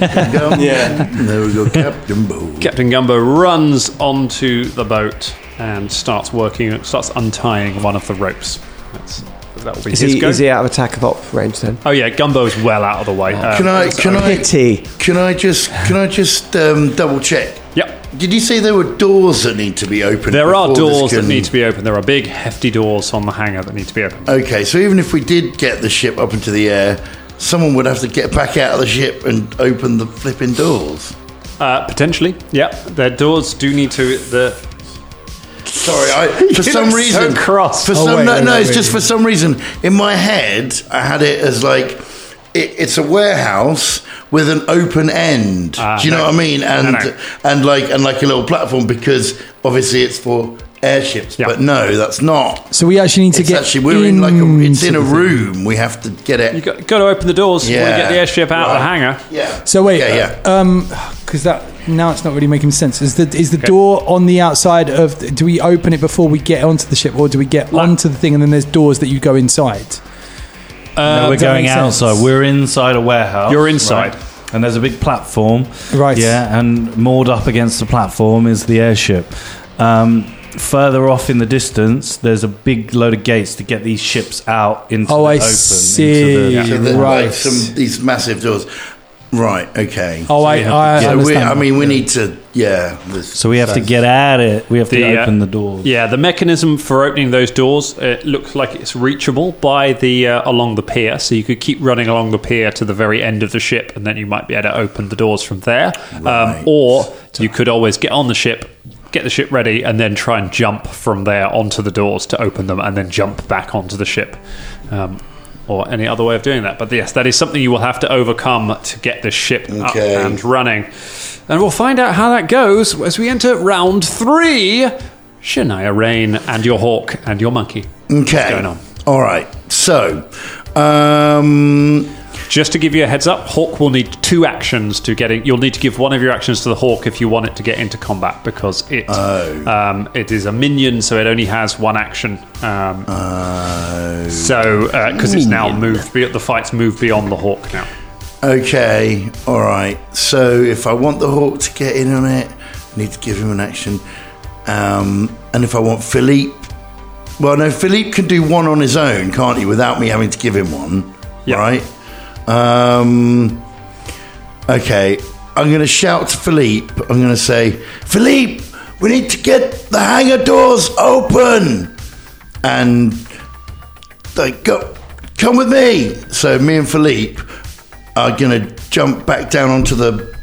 Speaker 3: yeah. There we go, [LAUGHS] Captain Bo.
Speaker 4: Captain Gumbo runs onto the boat and starts working, starts untying one of the ropes. That's, that will be
Speaker 6: Is
Speaker 4: his
Speaker 6: he,
Speaker 4: go.
Speaker 6: is he out of attack of op range then?
Speaker 4: oh yeah, Gumbo's well out of the
Speaker 6: Oh.
Speaker 4: way. Um,
Speaker 3: Can I? Can I?
Speaker 6: Pity.
Speaker 3: Can I just? Can I just um, double check?
Speaker 4: Yep.
Speaker 3: Did you say there were doors that need to be opened?
Speaker 4: There
Speaker 3: before
Speaker 4: are
Speaker 3: this
Speaker 4: doors that
Speaker 3: can-
Speaker 4: need to be opened. There are big, hefty doors on the hangar that need to be opened.
Speaker 3: Okay, so even if we did get the ship up into the air, someone would have to get back out of the ship and open the flipping doors.
Speaker 4: Uh, potentially, yep. Their doors do need to. The
Speaker 3: Sorry,
Speaker 7: [LAUGHS]
Speaker 3: I, for
Speaker 4: You
Speaker 3: some
Speaker 4: look so
Speaker 3: reason,
Speaker 4: cross.
Speaker 3: for
Speaker 7: Oh,
Speaker 3: some
Speaker 7: wait,
Speaker 3: no,
Speaker 7: wait,
Speaker 3: no,
Speaker 7: wait,
Speaker 3: it's
Speaker 7: wait.
Speaker 3: just for some reason in my head I had it as like it, it's a warehouse with an open end.
Speaker 7: Ah,
Speaker 3: Do you know
Speaker 4: no.
Speaker 3: what I mean? And
Speaker 4: No, no.
Speaker 3: and like and like a little platform because obviously it's for airships,
Speaker 4: Yeah.
Speaker 3: but no, that's not.
Speaker 7: So we actually need to
Speaker 3: It's
Speaker 7: get
Speaker 3: actually we're in like a, it's in
Speaker 7: into
Speaker 3: a
Speaker 7: the thing.
Speaker 3: room. We have to get it.
Speaker 4: you got, got to open the doors when you
Speaker 3: Yeah.
Speaker 4: get the airship out of the
Speaker 3: Right.
Speaker 4: hangar.
Speaker 3: yeah.
Speaker 7: So wait,
Speaker 3: Yeah, yeah.
Speaker 7: um, because that now it's not really making sense. Is the is the door on the outside of? Do we open it before we get onto the ship, or do we get onto the thing and then there's doors that you go inside? Uh,
Speaker 1: No, we're
Speaker 7: does that
Speaker 1: going
Speaker 7: make sense?
Speaker 1: outside. We're inside a warehouse.
Speaker 4: You're inside.
Speaker 1: right? And there's a big platform.
Speaker 7: Right.
Speaker 1: Yeah, and moored up against the platform is the airship. Um, further off in the distance, there's a big load of gates to get these ships out into
Speaker 7: Oh,
Speaker 1: the
Speaker 7: I
Speaker 1: open.
Speaker 7: see.
Speaker 1: Into the,
Speaker 3: So there's
Speaker 7: Right.
Speaker 3: like some these massive doors. Right. Okay.
Speaker 7: Oh, I, I
Speaker 3: so we,
Speaker 7: understand.
Speaker 3: I mean, we need to. Yeah. there's-
Speaker 1: so we have to get at it. We have to
Speaker 4: The, uh,
Speaker 1: open the doors.
Speaker 4: Yeah, the mechanism for opening those doors it looks like it's reachable by the uh, along the pier, so you could keep running along the pier to the very end of the ship, and then you might be able to open the doors from there. Um,
Speaker 3: Right.
Speaker 4: or you could always get on the ship, get the ship ready, and then try and jump from there onto the doors to open them, and then jump back onto the ship. Um, or any other way of doing that, but yes, that is something you will have to overcome to get this ship up
Speaker 3: Okay.
Speaker 4: and running. And we'll find out how that goes as we enter round three Shania Rain and your hawk and your monkey.
Speaker 3: Okay.
Speaker 4: going on?
Speaker 3: All right. So, um,
Speaker 4: Just to give you a heads up, Hawk will need two actions to get it. You'll need to give one of your actions to the Hawk if you want it to get into combat because it
Speaker 3: Oh.
Speaker 4: um, it is a minion, so it only has one action. Um,
Speaker 3: uh,
Speaker 4: so because it's now moved, be- the fight's moved beyond the Hawk now.
Speaker 3: okay. All right. So, if I want the hawk to get in on it, I need to give him an action. Um, and if I want Philippe, well, no, Philippe can do one on his own, can't he? Without me having to give him one,
Speaker 4: Yeah.
Speaker 3: right? Um, okay. I'm going to shout to Philippe. I'm going to say, Philippe, we need to get the hangar doors open. And like go come with me so me and philippe are gonna jump back down onto the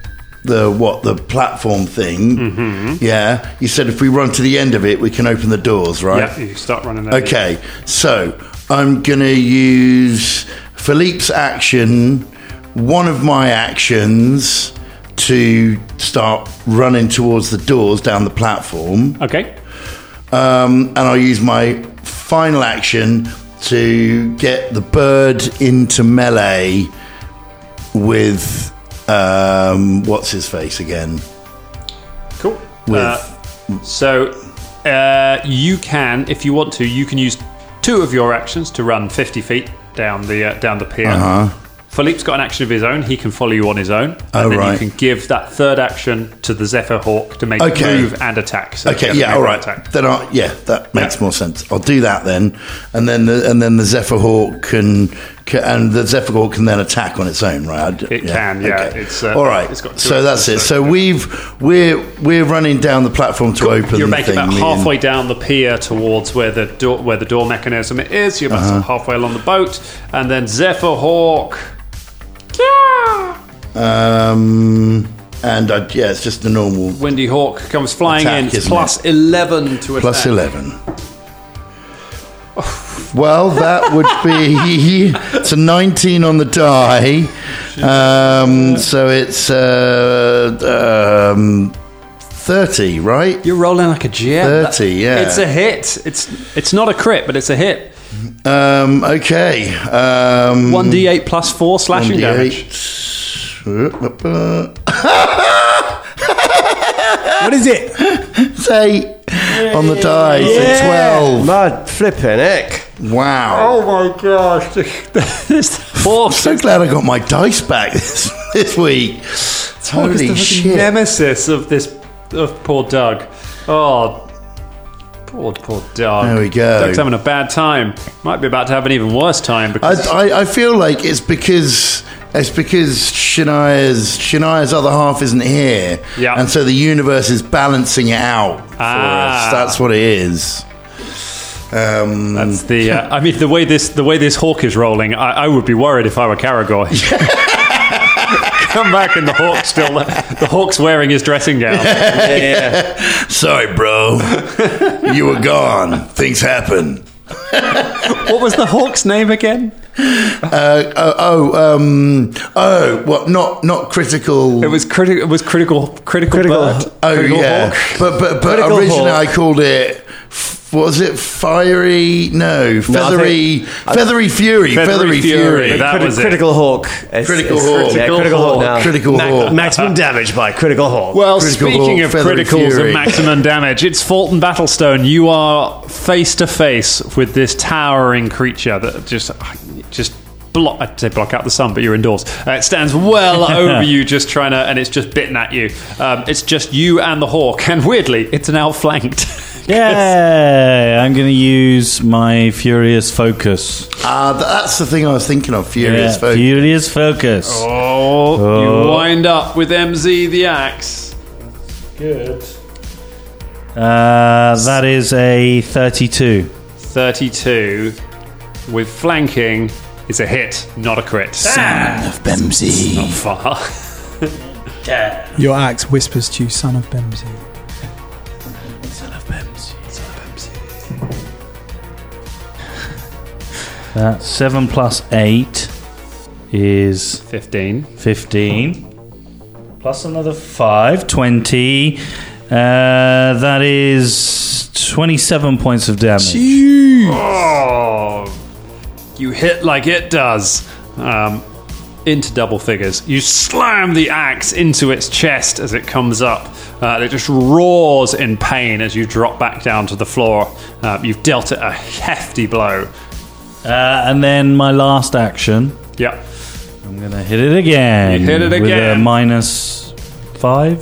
Speaker 3: the what the platform thing
Speaker 4: Mm-hmm.
Speaker 3: yeah you said if we run to the end of it we can open the doors right
Speaker 4: Yeah, you start running. Over.
Speaker 3: okay so i'm gonna use philippe's action one of my actions to start running towards the doors down the platform
Speaker 4: Okay.
Speaker 3: um, and I'll use my final action to get the bird into melee with um, what's his face again?
Speaker 4: Cool.
Speaker 3: With-
Speaker 4: Uh, so uh, you can, if you want to, you can use two of your actions to run 50 feet down the uh, down the pier. Philippe's got an action of his own. He can follow you on his own, and
Speaker 3: Uh-huh. Oh,
Speaker 4: then
Speaker 3: right.
Speaker 4: you can give that third action to the Zephyr Hawk to make
Speaker 3: Okay.
Speaker 4: move and attack. So
Speaker 3: Okay,
Speaker 4: you have to
Speaker 3: yeah,
Speaker 4: move
Speaker 3: all
Speaker 4: and
Speaker 3: right.
Speaker 4: attack.
Speaker 3: Then I yeah, that makes more sense. I'll do that then, and then the and then the Zephyr Hawk can, can and the Zephyr Hawk can then attack on its own, right? I d-
Speaker 4: It can, yeah. It's, uh,
Speaker 3: all right.
Speaker 4: it's got two
Speaker 3: so that's it.
Speaker 4: actions,
Speaker 3: So we've we're we're running down the platform to open.
Speaker 4: You're
Speaker 3: the
Speaker 4: making
Speaker 3: thing,
Speaker 4: about
Speaker 3: me and-
Speaker 4: halfway down the pier towards where the door where the door mechanism is. You're about
Speaker 3: Uh-huh.
Speaker 4: halfway along the boat, and then Zephyr Hawk. Yeah!
Speaker 3: Um, and I, yeah, it's just the normal
Speaker 4: Windy Hawk comes flying
Speaker 3: Attack,
Speaker 4: in. It's
Speaker 3: isn't
Speaker 4: plus 11 to attack.
Speaker 3: plus 11. Well, that would be [LAUGHS] it's a 19 on the die. Um, so it's uh, um, 30, right?
Speaker 4: You're rolling like a gem.
Speaker 3: 30, yeah.
Speaker 4: It's a hit. It's it's not a crit, but it's a hit.
Speaker 3: Um, okay. Um,
Speaker 4: 1d8 plus 4 slashing damage.
Speaker 3: 1d8.
Speaker 7: What is it?
Speaker 3: It's 8 on the die, so 12.
Speaker 6: Mud flipping heck.
Speaker 3: Wow.
Speaker 4: Oh my [LAUGHS] gosh.
Speaker 3: [LAUGHS]
Speaker 4: Hawk.
Speaker 3: I'm so glad I got my dice back [LAUGHS] this, this week. Holy shit.
Speaker 4: nemesis of this of poor Doug. Oh, poor poor Doug.
Speaker 3: There we go.
Speaker 4: Doug's having a bad time. Might be about to have an even worse time because
Speaker 3: I, I, I feel like it's because it's because Shania's Shania's other half isn't here,
Speaker 4: Yeah.
Speaker 3: and so the universe is balancing it out for
Speaker 4: Ah.
Speaker 3: us. That's what it is. Um,
Speaker 4: That's the. Uh, I mean, the way this the way this hawk is rolling, I, I would be worried if I were Caragor. [LAUGHS] Come back and the hawk's still the hawk's wearing his dressing gown.
Speaker 3: sorry, bro,
Speaker 4: [LAUGHS]
Speaker 3: you were gone. Things happen.
Speaker 4: What was the hawk's name again?
Speaker 3: Uh, oh, oh, um, oh, well, not not critical.
Speaker 4: It was critical. It was critical. [LAUGHS] Critical. Bird.
Speaker 3: oh
Speaker 4: critical
Speaker 3: yeah,
Speaker 4: Hawk.
Speaker 3: but but but
Speaker 4: Critical
Speaker 3: originally
Speaker 4: Hawk.
Speaker 3: I called it. f- Was it fiery? No, feathery, feathery fury, feathery, fury.
Speaker 4: That was it.
Speaker 6: Critical Hawk. It's-
Speaker 3: Critical
Speaker 6: it's-
Speaker 3: Hawk.
Speaker 6: Yeah, critical
Speaker 4: Critical
Speaker 6: Hawk
Speaker 4: Hawk.
Speaker 6: now.
Speaker 3: Critical Hawk.
Speaker 6: Maximum damage by Critical Hawk.
Speaker 4: Well,
Speaker 3: Critical
Speaker 4: speaking
Speaker 3: Hawk,
Speaker 4: of
Speaker 3: Feathery
Speaker 4: criticals
Speaker 3: Fury.
Speaker 4: and maximum damage, it's Fulton Battlestone. You are face to face with this towering creature that just, just block. I'd say block out the sun, but you're indoors. Uh, it
Speaker 3: [LAUGHS]
Speaker 4: stands well over you, just trying to, and it's just bitten at you. Um, it's just you and the hawk, and weirdly, it's an outflanked.
Speaker 8: Yeah, I'm going to use my furious focus.
Speaker 3: Ah, th- that's the thing I was thinking of. Furious
Speaker 8: Yeah,
Speaker 3: Folk.
Speaker 8: Furious focus.
Speaker 4: [LAUGHS] Oh, you wind up with MZ the axe.
Speaker 8: Uh, that is a 32.
Speaker 4: 32 with flanking is a hit, not a crit. Not far. [LAUGHS]
Speaker 7: Your axe whispers to you, son of Bemsy.
Speaker 8: That's 7 plus 8 is
Speaker 4: 15.
Speaker 8: 15. Plus another 5, 20. Uh, that is 27 points of damage.
Speaker 4: Oh, you hit like it does. Um, into double figures. You slam the axe into its chest as it comes up. Uh, it just roars in pain as you drop back down to the floor. Uh, you've dealt it a hefty blow.
Speaker 8: Uh, and then my last action,
Speaker 4: Yep.
Speaker 8: I'm going to hit it again.
Speaker 4: You hit it
Speaker 8: With a
Speaker 4: again.
Speaker 8: minus five,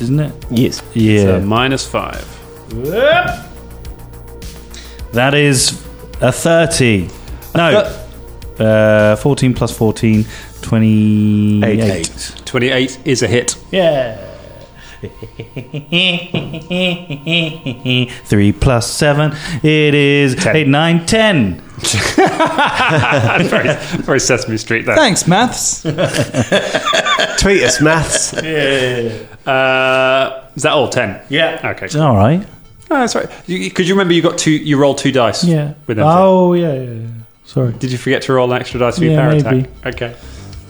Speaker 8: isn't it?
Speaker 6: Yes.
Speaker 8: Yeah.
Speaker 4: So minus five.
Speaker 8: that is a 30. No. Uh, 14 plus 14, 28.
Speaker 3: Eight.
Speaker 4: 28 is a hit. [LAUGHS]
Speaker 8: [LAUGHS] Three plus seven, it is eight, nine, ten.
Speaker 4: very, very Sesame Street there.
Speaker 7: Thanks, maths.
Speaker 6: Tweet us, maths.
Speaker 4: Uh, is that all? 10?
Speaker 8: Yeah.
Speaker 4: Okay.
Speaker 8: All right.
Speaker 4: Oh, that's right. Because you remember you got two, you rolled two dice.
Speaker 8: Yeah.
Speaker 4: With them.
Speaker 8: oh, yeah, yeah, yeah. Sorry.
Speaker 4: Did you forget to roll an extra dice for your
Speaker 8: Yeah,
Speaker 4: power
Speaker 8: maybe.
Speaker 4: attack? Okay.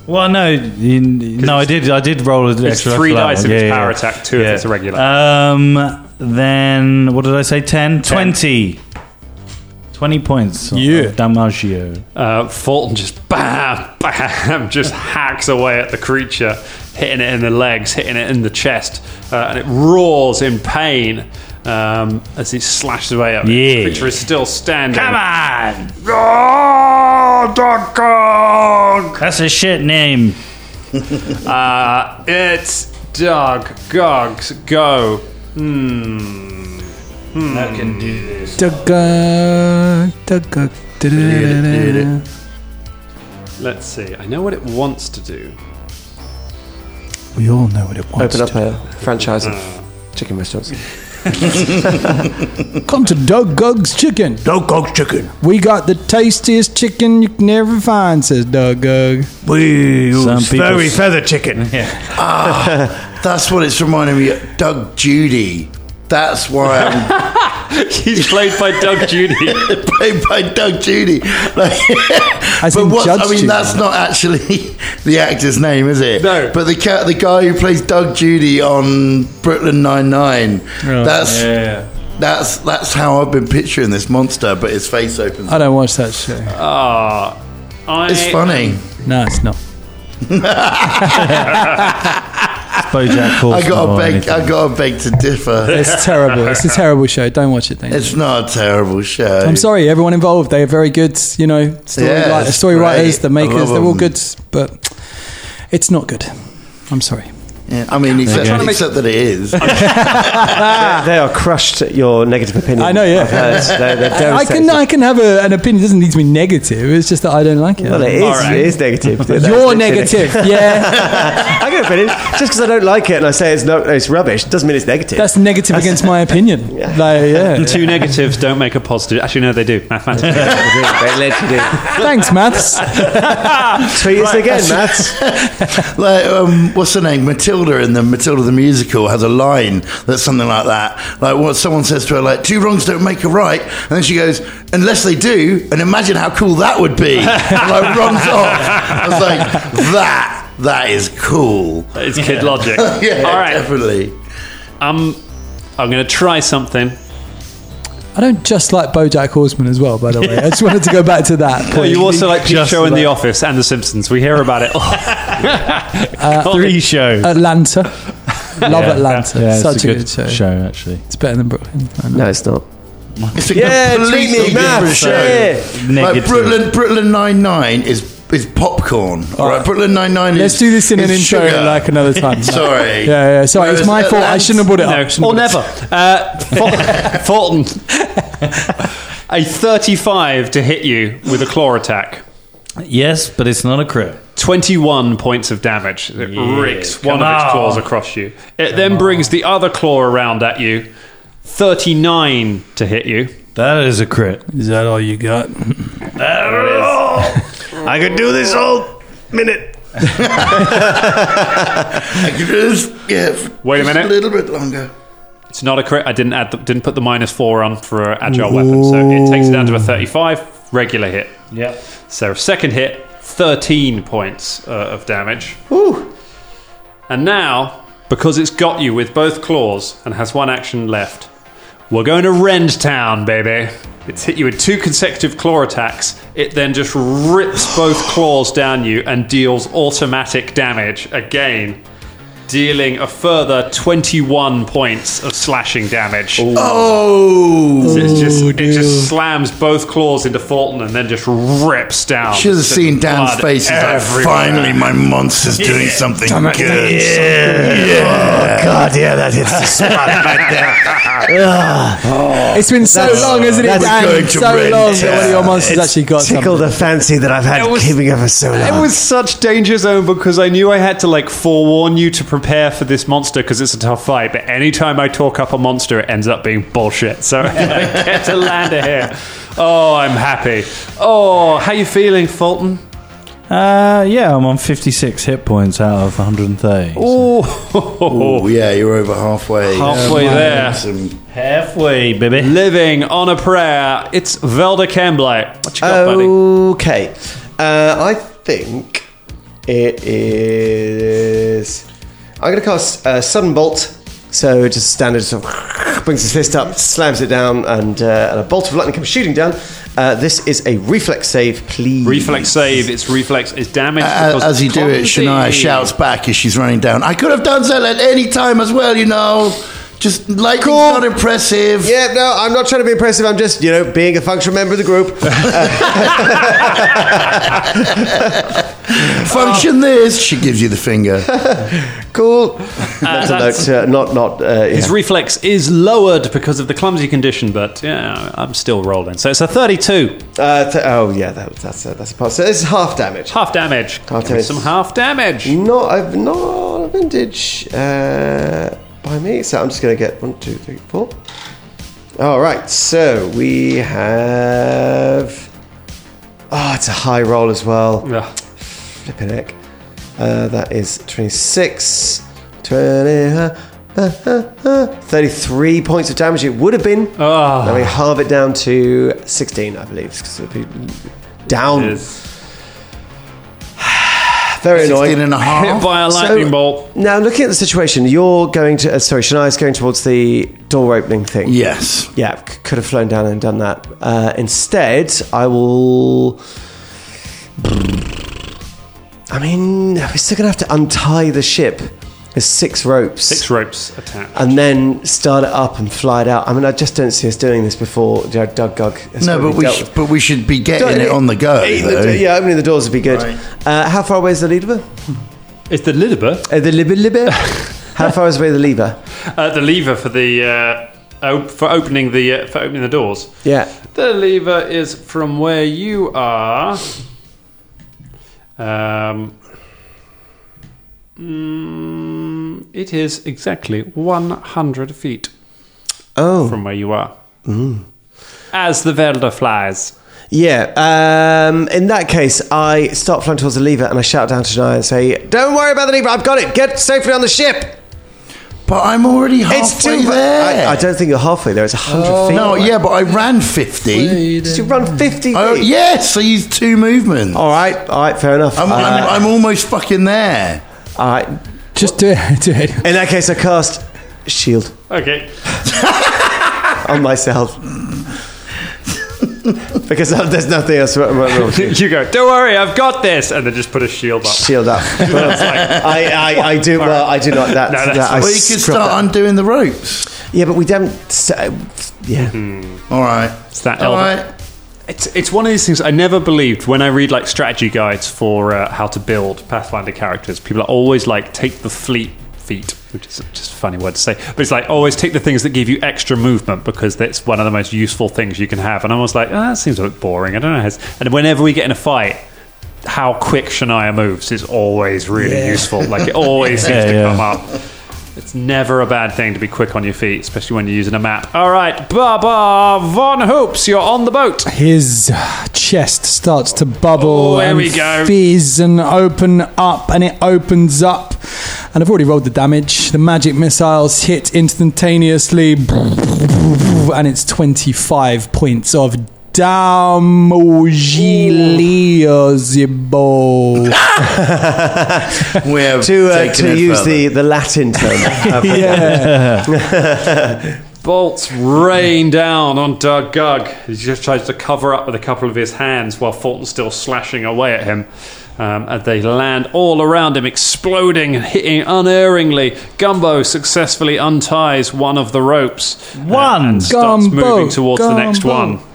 Speaker 8: Well, no, you- no, I did. I did roll an
Speaker 4: It's
Speaker 8: extra
Speaker 4: three
Speaker 8: for that
Speaker 4: dice if
Speaker 8: one.
Speaker 4: it's
Speaker 8: Yeah, yeah,
Speaker 4: power
Speaker 8: yeah.
Speaker 4: attack, two if it's a regular.
Speaker 8: Um, then what did I say? 10? 20. 20 points.
Speaker 7: Yeah.
Speaker 8: Of Damagio.
Speaker 4: Uh, Fulton just bam, bam, [LAUGHS] just hacks away at the creature, hitting it in the legs, hitting it in the chest, uh, and it roars in pain um, as he slashes away up.
Speaker 8: Yeah.
Speaker 4: The creature is still standing.
Speaker 8: Come on! That's a shit name.
Speaker 4: Uh, it's Doug Gogs go. Hmm,
Speaker 7: Dugga, dugga, da-da-da-da-da.
Speaker 4: Let's see. I know what it wants to do. [LAUGHS]
Speaker 7: We all know what it wants.
Speaker 6: Open up a franchise of chicken restaurants.
Speaker 7: Come to Doug Gugg's Chicken.
Speaker 2: Doug Gog's Chicken.
Speaker 7: We got the tastiest chicken you can ever find, says Doug Gugg.
Speaker 2: We use
Speaker 8: Some people-
Speaker 2: furry feather chicken.
Speaker 3: That's what it's reminding me of. Doug Judy. That's why I'm
Speaker 4: He's played by Doug
Speaker 8: [LAUGHS]
Speaker 3: [LAUGHS]
Speaker 4: Judy.
Speaker 3: played by Doug Judy. Like,
Speaker 7: [LAUGHS] As
Speaker 3: but
Speaker 7: in
Speaker 3: what,
Speaker 7: Judge
Speaker 3: I mean,
Speaker 7: Judy.
Speaker 3: that's not actually [LAUGHS] the actor's name, is it?
Speaker 4: No.
Speaker 3: But the cat, the guy who plays Doug Judy on Brooklyn Nine Nine.
Speaker 7: Oh,
Speaker 3: that's that's that's how I've been picturing this monster, but his face opens.
Speaker 7: I don't watch that show.
Speaker 4: Ah, I,
Speaker 3: It's funny.
Speaker 7: No, it's not.
Speaker 8: Bojack Horseman.
Speaker 3: I gotta
Speaker 8: or
Speaker 3: beg.
Speaker 8: anything.
Speaker 3: I gotta beg to
Speaker 4: [LAUGHS]
Speaker 3: differ. [LAUGHS]
Speaker 7: It's terrible. It's a terrible show. Don't watch it. Thank you.
Speaker 3: It's not a terrible show.
Speaker 7: I'm sorry, everyone involved. They are very good, you know, story,
Speaker 3: Yeah,
Speaker 7: writer-
Speaker 3: it's
Speaker 7: story
Speaker 3: great.
Speaker 7: writers, the
Speaker 3: I
Speaker 7: makers.
Speaker 3: love
Speaker 7: They're all
Speaker 3: them.
Speaker 7: good, but it's not good. I'm sorry.
Speaker 3: Yeah, I mean, except,
Speaker 4: to make-
Speaker 3: except that it is.
Speaker 6: they are crushed at your negative opinion.
Speaker 7: I know, yeah.
Speaker 6: I've heard. They're, they're
Speaker 7: I
Speaker 6: devastated.
Speaker 7: can I can have a, an opinion. It doesn't need to be negative. It's just that I don't like it.
Speaker 6: Well, it is,
Speaker 4: Alright.
Speaker 6: it is negative.
Speaker 7: You're negative.
Speaker 3: [LAUGHS]
Speaker 7: Yeah,
Speaker 6: [LAUGHS] I get opinion. Just because I don't like it and I say it's no, it's rubbish doesn't mean it's negative.
Speaker 7: that's negative against my opinion. Like,
Speaker 8: [LAUGHS]
Speaker 7: yeah.
Speaker 4: two negatives don't make a positive. Actually, no, they do. Mathematically.
Speaker 6: they let you do.
Speaker 7: Thanks, maths.
Speaker 6: Tweet us again, Matt.
Speaker 3: like um, what's her name matilda in the matilda the musical has a line that's something like that like what someone says to her like two wrongs don't make a right and then she goes unless they do and imagine how cool that
Speaker 7: [LAUGHS]
Speaker 3: would be and like runs off i was like that that is cool
Speaker 4: it's kid logic.
Speaker 3: [LAUGHS] yeah
Speaker 4: All right.
Speaker 3: definitely
Speaker 4: Um, I'm going to try something.
Speaker 7: I don't just like BoJack Horseman as well. By the way, I just wanted to go back to that. Point.
Speaker 4: you also like the
Speaker 8: Just
Speaker 4: show in
Speaker 8: about-
Speaker 4: The Office and The Simpsons. We hear about
Speaker 8: [LAUGHS]
Speaker 4: it. Uh, all.
Speaker 8: Three shows.
Speaker 7: Atlanta. Love Atlanta.
Speaker 8: Yeah, it's
Speaker 7: Such
Speaker 8: a good, show.
Speaker 7: show.
Speaker 8: actually.
Speaker 7: It's better than Brooklyn. I know.
Speaker 6: No, it's not.
Speaker 3: it's a
Speaker 6: Yeah, tweet
Speaker 3: completely
Speaker 6: me,
Speaker 3: different
Speaker 6: Matt.
Speaker 3: show
Speaker 6: Yeah.
Speaker 3: like
Speaker 8: Negative.
Speaker 3: brooklyn brooklyn 99 is is popcorn all right brooklyn 99 is
Speaker 7: Let's do this in an
Speaker 3: is
Speaker 7: intro
Speaker 3: sugar.
Speaker 7: like another time.
Speaker 3: sorry
Speaker 7: [LAUGHS] Yeah, yeah. Sorry, it's
Speaker 3: Whereas
Speaker 7: my fault. I
Speaker 3: Atlanta-
Speaker 7: shouldn't have brought it
Speaker 4: No,
Speaker 7: up. Shouldn't
Speaker 4: or
Speaker 7: have
Speaker 4: never. Uh,
Speaker 8: [LAUGHS]
Speaker 4: Ful- Fulton. a 35 to hit you with a claw attack.
Speaker 8: Yes, but it's not a crit.
Speaker 4: 21 points of damage. It ricks one
Speaker 8: come
Speaker 4: of its claws
Speaker 8: on.
Speaker 4: across you. It then brings the other claw around at you. 39 to hit you.
Speaker 8: That is a crit.
Speaker 7: brought it up. Is that all you got?
Speaker 2: I could do this all minute.
Speaker 3: I could just- yeah,
Speaker 4: Wait a
Speaker 3: just
Speaker 4: minute.
Speaker 3: a little bit longer
Speaker 4: It's not a crit. I didn't add the, didn't put the minus four on for a agile weapon, so it takes it down to a 35 regular hit.
Speaker 8: Yeah.
Speaker 4: So second hit, 13 points uh, of damage. And now, because it's got you with both claws and has one action left, We're going to Rend Town, baby. It's hit you with two consecutive claw attacks. It then just rips both claws down you and deals automatic damage again, dealing a further 21 points of slashing damage.
Speaker 3: Oh,
Speaker 4: It's just, it just slams both claws into Fulton and then just rips down.
Speaker 3: should have seen Dan's
Speaker 4: Oh, Blood
Speaker 3: face. He's like,
Speaker 4: everywhere.
Speaker 3: finally, my monster's doing something good.
Speaker 6: God, yeah, that hits the spot right there. Ugh,
Speaker 7: It's been so
Speaker 6: That's-
Speaker 7: long, hasn't it,
Speaker 6: that's
Speaker 7: Dan?
Speaker 3: going to
Speaker 7: So long
Speaker 3: rent
Speaker 7: that one of your monsters actually got
Speaker 6: tickled
Speaker 7: something.
Speaker 6: the fancy that I've had
Speaker 4: It was-
Speaker 6: keeping it for so long.
Speaker 4: It was such danger zone because I knew I had to like forewarn you to prepare for this monster because it's a tough fight. But anytime I talk up a monster, it ends up being bullshit. So [LAUGHS] I get to land it here. Oh, I'm happy. Oh, how you feeling, Fulton? [LAUGHS]
Speaker 8: Uh, yeah, I'm on 56 hit points out of 130.
Speaker 4: Oh,
Speaker 3: Oh, yeah, you're over halfway.
Speaker 4: halfway there.
Speaker 8: Halfway, baby.
Speaker 4: Living on a prayer. It's Velda Kemblite. What you
Speaker 3: Uh,
Speaker 4: got, buddy?
Speaker 6: Okay. Uh, I think it is. I'm going to cast uh, Sudden Bolt. So just standard sort of [LAUGHS] brings his fist up, slams it down, and, uh, and a bolt of lightning comes shooting down. Uh, this is a reflex save, please.
Speaker 4: Reflex save. Its reflex is damaged.
Speaker 3: As,
Speaker 4: because
Speaker 3: Uh, as you do it, Shania
Speaker 4: clumsy.
Speaker 3: shouts back as she's running down. I could have done that at any time as well, you know. Just like not impressive.
Speaker 6: Yeah, no, I'm not trying to be impressive. I'm just, you know, being a functional member of the group.
Speaker 3: Function this. She gives you the finger.
Speaker 6: cool. Mental
Speaker 4: that's-
Speaker 6: note, uh, not, not. Uh, yeah.
Speaker 4: His reflex is lowered because of the clumsy condition, but yeah, I'm still rolling. So it's a 32.
Speaker 6: Uh, th- oh, yeah, that, that's a, that's a part. So this is half damage.
Speaker 4: Half damage.
Speaker 6: Half
Speaker 4: Give me
Speaker 6: damage.
Speaker 4: Some half damage.
Speaker 6: No, I've not a vintage uh, by me. So I'm just going to get one, two, three, four. All right. So we have. Oh, it's a high roll as well.
Speaker 4: Ugh.
Speaker 6: Flipping heck. Uh, that is 26, 20, uh, uh, uh, uh, 33 points of damage. It would have been.
Speaker 4: Ah.
Speaker 6: Now we halve it down to 16, I believe. 'cause it'd be down.
Speaker 4: Is
Speaker 6: Very annoying.
Speaker 3: 16 and a
Speaker 4: hit [LAUGHS]
Speaker 3: half.
Speaker 4: by a
Speaker 6: So-
Speaker 4: lightning bolt.
Speaker 6: Now, looking at the situation, you're going to. Uh, sorry, Shania's going towards the door opening thing.
Speaker 3: Yes.
Speaker 6: Yeah, c- could have flown down and done that. Uh, instead, I will. I mean, we're still going to have to untie the ship. There's six ropes.
Speaker 4: Six ropes attack.
Speaker 6: And then start it up and fly it out. I mean, I just don't see us doing this before you know, Doug Gug has
Speaker 3: No,
Speaker 6: already
Speaker 3: but we
Speaker 6: dealt
Speaker 3: sh-
Speaker 6: with-
Speaker 3: but we should be getting it on the go.
Speaker 6: Opening
Speaker 3: though.
Speaker 6: the- yeah, opening the doors would be good.
Speaker 3: Right.
Speaker 6: Uh, how far away is the lever?
Speaker 4: It's the liver.
Speaker 6: Uh, the lever,
Speaker 3: [LAUGHS]
Speaker 6: lever? how far is away the lever?
Speaker 4: Uh, the lever for the uh, op- for opening the uh, for opening the doors.
Speaker 6: Yeah.
Speaker 4: The lever is from where you are. Um, mm, it is exactly 100 feet
Speaker 6: Oh.
Speaker 4: from where you are. Mm. As the Velda flies.
Speaker 6: Yeah. Um, in that case, I start flying towards the lever and I shout down to Naya and say, "Don't worry about the lever. I've got it. Get safely on the ship.
Speaker 3: But I'm already halfway
Speaker 6: it's too
Speaker 3: there. Oh,
Speaker 6: I, I don't think you're halfway there. It's hundred feet.
Speaker 3: no, yeah, but I ran 50.
Speaker 6: Did you run fifty feet?
Speaker 3: Oh, yes, I used two movements.
Speaker 6: All right. All right. Fair enough.
Speaker 3: I'm,
Speaker 6: Oh, Uh,
Speaker 3: I'm, I'm almost fucking there.
Speaker 6: all right.
Speaker 7: Just do it. [LAUGHS] Do it.
Speaker 6: In that case, I cast shield
Speaker 4: Okay.
Speaker 3: [LAUGHS]
Speaker 6: on myself because there's nothing else. wrong- wrong- wrong with you.
Speaker 3: [LAUGHS]
Speaker 4: you go, don't worry, I've got this. And then just put a shield up.
Speaker 6: Shield up. I, I, I do well. I do not. That.
Speaker 4: No, that's
Speaker 6: that I
Speaker 3: Well, you could
Speaker 6: scrub
Speaker 3: start
Speaker 6: that.
Speaker 3: undoing the ropes.
Speaker 6: Yeah, but we don't. so- Yeah.
Speaker 3: All right.
Speaker 4: It's that
Speaker 3: All
Speaker 4: elven-
Speaker 3: right.
Speaker 4: It's, it's one of these things I never believed when I read like strategy guides for uh, how to build Pathfinder characters. People are always like take the fleet feet, which is just a funny word to say, but it's like always take the things that give you extra movement because that's one of the most useful things you can have. And I was like, oh, that seems a bit boring. I don't know. how it's-" And whenever we get in a fight. How quick Shania moves is always really useful. Like it always seems to
Speaker 8: yeah.
Speaker 4: come up. It's never a bad thing to be quick on your feet, especially when you're using a map. All right, Baba Von Hoops, you're on the boat.
Speaker 7: His chest starts to bubble
Speaker 4: Oh, there
Speaker 7: and
Speaker 4: we go.
Speaker 7: fizz and open up, and it opens up. And I've already rolled the damage. The magic missiles hit instantaneously, and it's 25 points of damage.
Speaker 6: [LAUGHS]
Speaker 3: We have
Speaker 6: to uh,
Speaker 3: taken
Speaker 6: to
Speaker 3: it
Speaker 6: use
Speaker 8: [LAUGHS]
Speaker 3: further.
Speaker 6: the, the Latin term.
Speaker 7: Yeah.
Speaker 4: Bolts rain down on Doug Gug. He just tries to cover up with a couple of his hands while Fulton's still slashing away at him. Um, and they land all around him, exploding and hitting unerringly. Gumbo successfully unties one of the ropes.
Speaker 8: One.
Speaker 4: and starts
Speaker 7: Gumbo.
Speaker 4: moving towards the next
Speaker 7: Gumbo.
Speaker 4: one.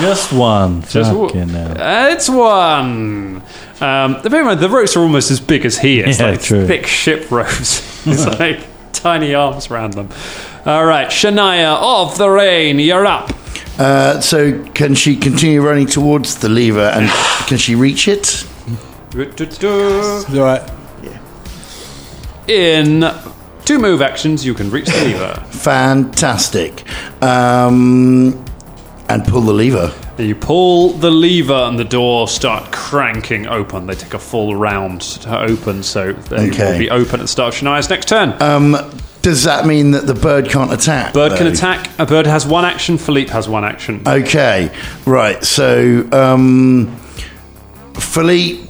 Speaker 8: Just one.
Speaker 4: Just
Speaker 8: Fucking hell.
Speaker 4: It's one. Um, bear in mind, the ropes are almost as big as he is.
Speaker 8: Yeah,
Speaker 4: like
Speaker 8: true.
Speaker 4: thick ship [LAUGHS] ropes. it's like tiny arms around them. All right, Shania of the Rain, you're up.
Speaker 3: Uh, so can she continue running towards the lever
Speaker 6: [SIGHS]
Speaker 3: and can she reach it?
Speaker 7: It's all right.
Speaker 4: In two move actions, you can reach the lever.
Speaker 3: Fantastic. Um, and pull the lever.
Speaker 4: You pull the lever and the door start cranking open. They take a full round to open, so they
Speaker 3: Okay.
Speaker 4: will be open at the start of Shania's next turn.
Speaker 3: Um, does that mean that the bird can't attack?
Speaker 4: bird can
Speaker 3: though?
Speaker 4: attack. A bird has one action. Philippe has one action.
Speaker 3: Okay, right. So um, Philippe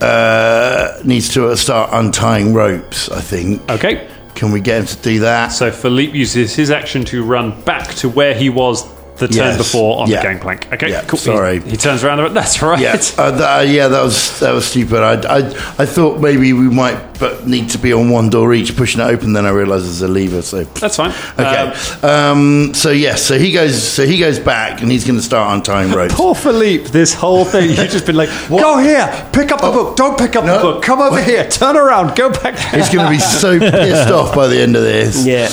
Speaker 3: uh, needs to start untying ropes. I think.
Speaker 4: okay.
Speaker 3: Can we get him to do that?
Speaker 4: So Philippe uses his action to run back to where he was the turn
Speaker 3: Yes.
Speaker 4: before on
Speaker 3: Yeah.
Speaker 4: the gangplank. Okay,
Speaker 3: Yeah,
Speaker 4: cool.
Speaker 3: sorry.
Speaker 4: He, he turns around. and- [LAUGHS] That's right.
Speaker 3: yeah, uh, th- uh, yeah, that was that was stupid. I, I, I thought maybe we might but need to be on one door each, pushing it open. Then I realised there's a lever. So
Speaker 4: That's fine.
Speaker 3: Okay. um, so yes, so he goes. So he goes back, and he's going to start untying ropes.
Speaker 4: [LAUGHS] Poor Philippe, this whole thing, you've just been like, go here, pick up the book, don't pick up
Speaker 3: No.
Speaker 4: the book, come over here, turn around, go back.
Speaker 3: He's going to be
Speaker 4: [LAUGHS]
Speaker 3: so pissed off by the end of this.
Speaker 6: Yeah.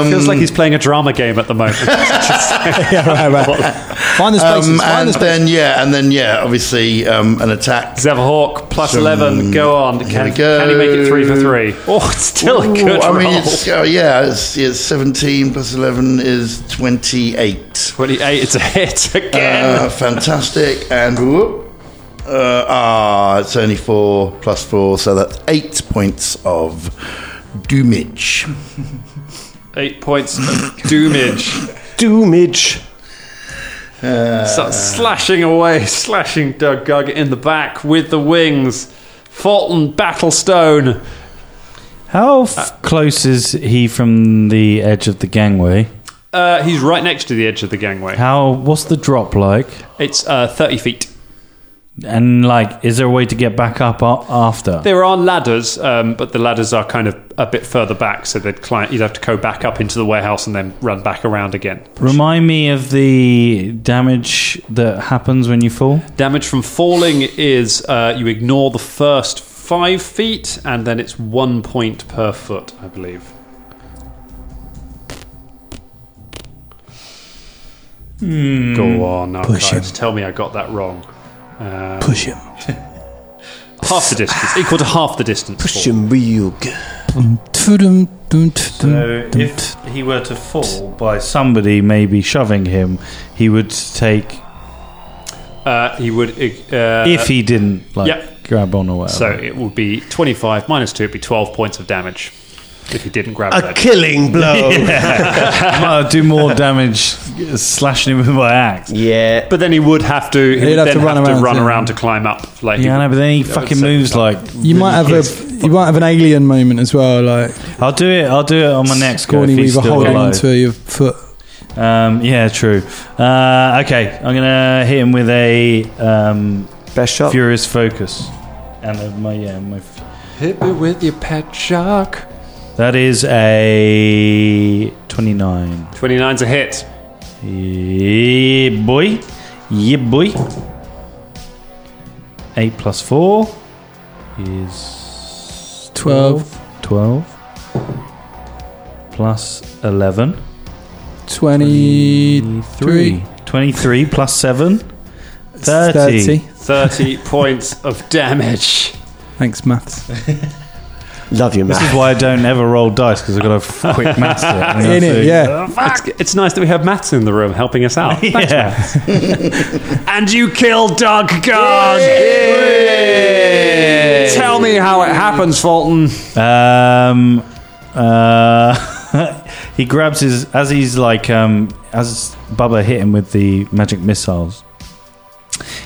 Speaker 3: Um,
Speaker 4: Feels like he's playing a drama game at the moment. [LAUGHS]
Speaker 7: Yeah, right, right. Find this place.
Speaker 3: Um,
Speaker 7: find
Speaker 3: and
Speaker 7: this place.
Speaker 3: then yeah, and then yeah, obviously um, an
Speaker 6: [LAUGHS]
Speaker 3: attack.
Speaker 4: Zavahawk, plus 11, go on.
Speaker 3: here
Speaker 4: Can,
Speaker 3: we go.
Speaker 4: can he make it three for three? Oh, it's still a good
Speaker 3: Ooh, I
Speaker 4: roll.
Speaker 3: mean, it's, oh, yeah, it's, it's seventeen plus eleven is twenty-eight.
Speaker 4: 28, it's a hit
Speaker 6: [LAUGHS]
Speaker 4: again.
Speaker 3: Uh, fantastic, and whoop. Uh, ah, it's only four plus four, so that's eight points of doomage.
Speaker 4: Eight points of doomage.
Speaker 6: Doomage.
Speaker 4: starts slashing away, slashing Doug Gug in the back with the wings. Fulton Battlestone.
Speaker 8: How f- close is he from the edge of the gangway?
Speaker 4: Uh, he's right next to the edge of the gangway.
Speaker 8: How? What's the drop like?
Speaker 4: It's uh, 30 feet.
Speaker 8: And like, is there a way to get back up a- after?
Speaker 4: There are ladders, um, but the ladders are kind of a bit further back, so they'd climb, you'd have to go back up into the warehouse and then run back around again.
Speaker 8: Remind me of the damage that happens when you fall.
Speaker 4: Damage from falling is uh, you ignore the first five feet, and then it's one point per foot, I believe. Go on,
Speaker 7: Push
Speaker 4: archives.
Speaker 7: him.
Speaker 4: Tell me I got that wrong.
Speaker 7: push him.
Speaker 4: Half the distance, equal to half the distance.
Speaker 6: Push him real good.
Speaker 7: Tudum, dum,
Speaker 8: So
Speaker 7: tudum, dum,
Speaker 8: if he were to fall by somebody maybe shoving him, he would take
Speaker 4: Uh, he would. Uh,
Speaker 8: if he didn't like
Speaker 4: yeah.
Speaker 8: grab on or whatever.
Speaker 4: so
Speaker 8: [LAUGHS]
Speaker 4: it would be twenty-five minus two. It'd be twelve points of damage if he didn't grab
Speaker 6: A
Speaker 4: that.
Speaker 6: killing
Speaker 8: [LAUGHS]
Speaker 6: blow. yeah.
Speaker 8: I'll do more damage slashing him with my axe.
Speaker 4: But then he would have to. He would
Speaker 7: have
Speaker 4: then
Speaker 7: to run
Speaker 4: have to
Speaker 7: around,
Speaker 4: run
Speaker 7: yeah.
Speaker 4: around to climb up. Like he
Speaker 8: Yeah, I know, but then he
Speaker 4: would
Speaker 8: fucking
Speaker 4: say-
Speaker 8: moves like.
Speaker 7: You might have a you might have an alien moment as well, like
Speaker 8: I'll do it. I'll do it on my next go if
Speaker 7: Gordy
Speaker 8: he's
Speaker 7: Weaver
Speaker 8: still
Speaker 7: holding
Speaker 8: alive.
Speaker 7: onto your foot.
Speaker 8: Um, yeah, true. Uh, okay, I'm gonna hit him with a um,
Speaker 6: Best
Speaker 4: Oh.
Speaker 6: shot.
Speaker 8: furious focus, and uh, my yeah, my. F-
Speaker 4: Hit me with your pet shark.
Speaker 8: that is a twenty-nine.
Speaker 4: 29's a hit.
Speaker 8: Yeah, boy. Yeah, boy. Eight plus four is
Speaker 7: Twelve.
Speaker 8: Twelve plus eleven.
Speaker 7: 23.
Speaker 8: Three. Twenty-three plus seven.
Speaker 7: [LAUGHS]
Speaker 8: Thirty.
Speaker 4: 30 points of damage.
Speaker 7: Thanks, maths.
Speaker 6: Love you,
Speaker 8: This is
Speaker 6: man.
Speaker 8: why I don't ever roll dice because I've got a f- quick master.
Speaker 4: [LAUGHS]
Speaker 7: In it, yeah.
Speaker 4: It's, it's nice that we have Matt in the room helping
Speaker 7: [LAUGHS]
Speaker 4: us [LAUGHS] out.
Speaker 8: Yeah.
Speaker 4: and you kill Doug God. Tell me how it happens, Fulton.
Speaker 8: Um, uh, [LAUGHS] he grabs his as he's like um, as Bubba hit him with the magic missiles.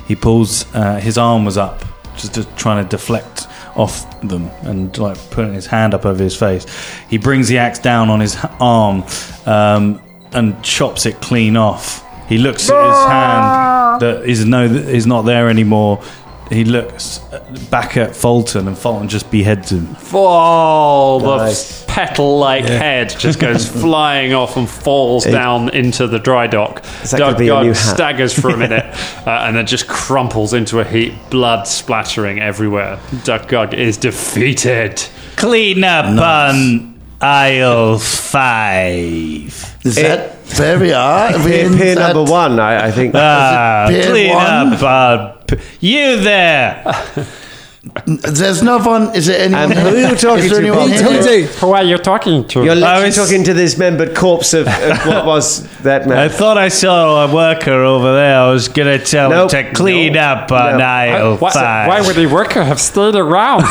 Speaker 8: He pulls uh, his arm was up, just to, trying to deflect off them and like putting his hand up over his face. He brings the axe down on his h- arm um, and chops it clean off. He looks at his hand that is no is not there anymore. He looks uh, back at Fulton and Fulton just beheads him.
Speaker 4: Oh, the
Speaker 6: Nice.
Speaker 4: petal-like head
Speaker 6: [LAUGHS]
Speaker 4: just goes flying off and falls down into the dry dock.
Speaker 6: that gonna be a new hat?
Speaker 4: staggers
Speaker 6: [LAUGHS]
Speaker 4: for a minute uh, and then just crumples into a heap, blood splattering everywhere. Duckgug is defeated.
Speaker 8: Clean up on aisle five.
Speaker 3: Is that there we
Speaker 6: [LAUGHS]
Speaker 3: are?
Speaker 6: Peer,
Speaker 3: We're in
Speaker 6: peer
Speaker 3: that-
Speaker 6: Eh. number one, I, I think.
Speaker 8: Ah,
Speaker 3: Is it bid
Speaker 8: clean
Speaker 3: one?
Speaker 8: up on p- you there.
Speaker 3: There's no one. Is there anyone?
Speaker 6: Um, who are you talking
Speaker 3: is there
Speaker 6: to,
Speaker 3: anyone
Speaker 6: Bob?
Speaker 3: here?
Speaker 7: Holiday.
Speaker 4: Who are you talking to?
Speaker 6: You're literally
Speaker 8: was-
Speaker 6: talking to the dismembered corpse of,
Speaker 8: [LAUGHS]
Speaker 6: of what was that
Speaker 8: I
Speaker 6: man.
Speaker 8: thought I saw a worker over there. I was gonna tell
Speaker 6: Nope.
Speaker 8: him to clean
Speaker 6: Nope.
Speaker 8: up on
Speaker 6: Nope.
Speaker 8: aisle five.
Speaker 4: the worker have stayed [LAUGHS] around?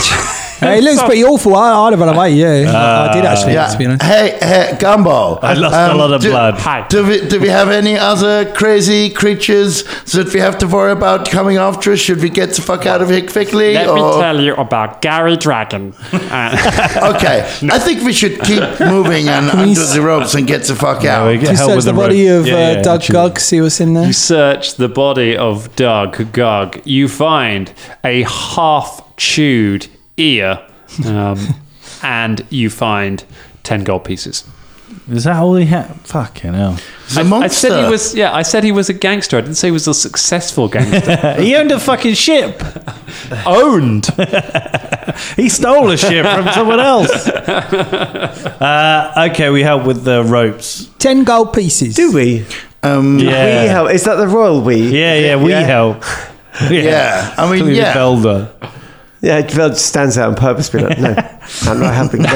Speaker 7: Hey, it looks pretty awful. I, I'd have run away. Yeah,
Speaker 8: Ah.
Speaker 7: I did actually.
Speaker 3: Yeah.
Speaker 7: To be honest.
Speaker 3: Hey, hey, Gumball.
Speaker 8: I lost a lot of
Speaker 3: do,
Speaker 8: blood.
Speaker 4: Hi.
Speaker 3: Do we, do we have any other crazy creatures that we have to worry about coming after us? Should we get the fuck out of here quickly? [LAUGHS] or-
Speaker 4: you about Gary Dragon. uh, [LAUGHS]
Speaker 3: okay, I think we should keep moving and
Speaker 7: we
Speaker 3: under
Speaker 7: s-
Speaker 3: the ropes and get the fuck out.
Speaker 8: we get
Speaker 7: Just
Speaker 8: help
Speaker 7: search
Speaker 8: with
Speaker 7: the
Speaker 8: rope.
Speaker 7: body of
Speaker 8: Yeah,
Speaker 7: uh,
Speaker 8: yeah,
Speaker 7: Doug
Speaker 8: actually.
Speaker 7: Gug. See what's in there.
Speaker 4: You search the body of Doug Gug. You find a half chewed ear
Speaker 8: [LAUGHS]
Speaker 4: um, and you find 10 gold pieces.
Speaker 8: Is that all he had? Fucking hell.
Speaker 3: The
Speaker 4: I
Speaker 3: monster.
Speaker 4: said he was, yeah, I said he was a gangster. I didn't say he was a successful gangster.
Speaker 8: [LAUGHS] He owned a fucking ship.
Speaker 4: [LAUGHS] Owned.
Speaker 8: He stole a ship from someone else. Uh, okay, we help with the ropes.
Speaker 7: Ten gold pieces.
Speaker 6: Do we?
Speaker 3: Um, yeah.
Speaker 8: Yeah,
Speaker 6: We help. Is that the royal we?
Speaker 8: yeah, yeah. We
Speaker 6: Yeah.
Speaker 8: help.
Speaker 3: I mean,
Speaker 8: Clean
Speaker 3: yeah.
Speaker 8: Felder.
Speaker 6: Yeah, Vel stands out on purpose. Be like,
Speaker 8: [LAUGHS]
Speaker 6: no, I'm not helping. No,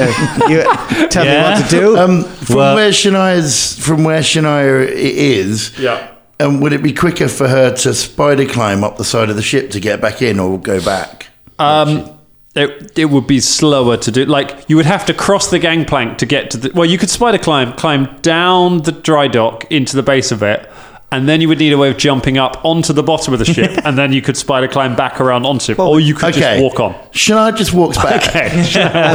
Speaker 6: you tell me
Speaker 8: Yeah.
Speaker 6: what to
Speaker 8: [LAUGHS]
Speaker 6: do.
Speaker 3: Um, from
Speaker 8: Well-
Speaker 3: where Shania's, from where Shania i- is,
Speaker 4: Yeah.
Speaker 3: And would it be quicker for her to spider climb up the side of the ship to get back in, or go back?
Speaker 4: Um, it, it would be slower to do. Like you would have to cross the gangplank to get to the. Well, you could spider climb, climb down the dry dock into the base of it, and then you would need a way of jumping up onto the bottom of the ship, and then you could spider climb back around onto it, or you could
Speaker 3: okay.
Speaker 4: just walk on.
Speaker 3: Shania just walks back.
Speaker 4: [LAUGHS] Okay.
Speaker 3: [LAUGHS]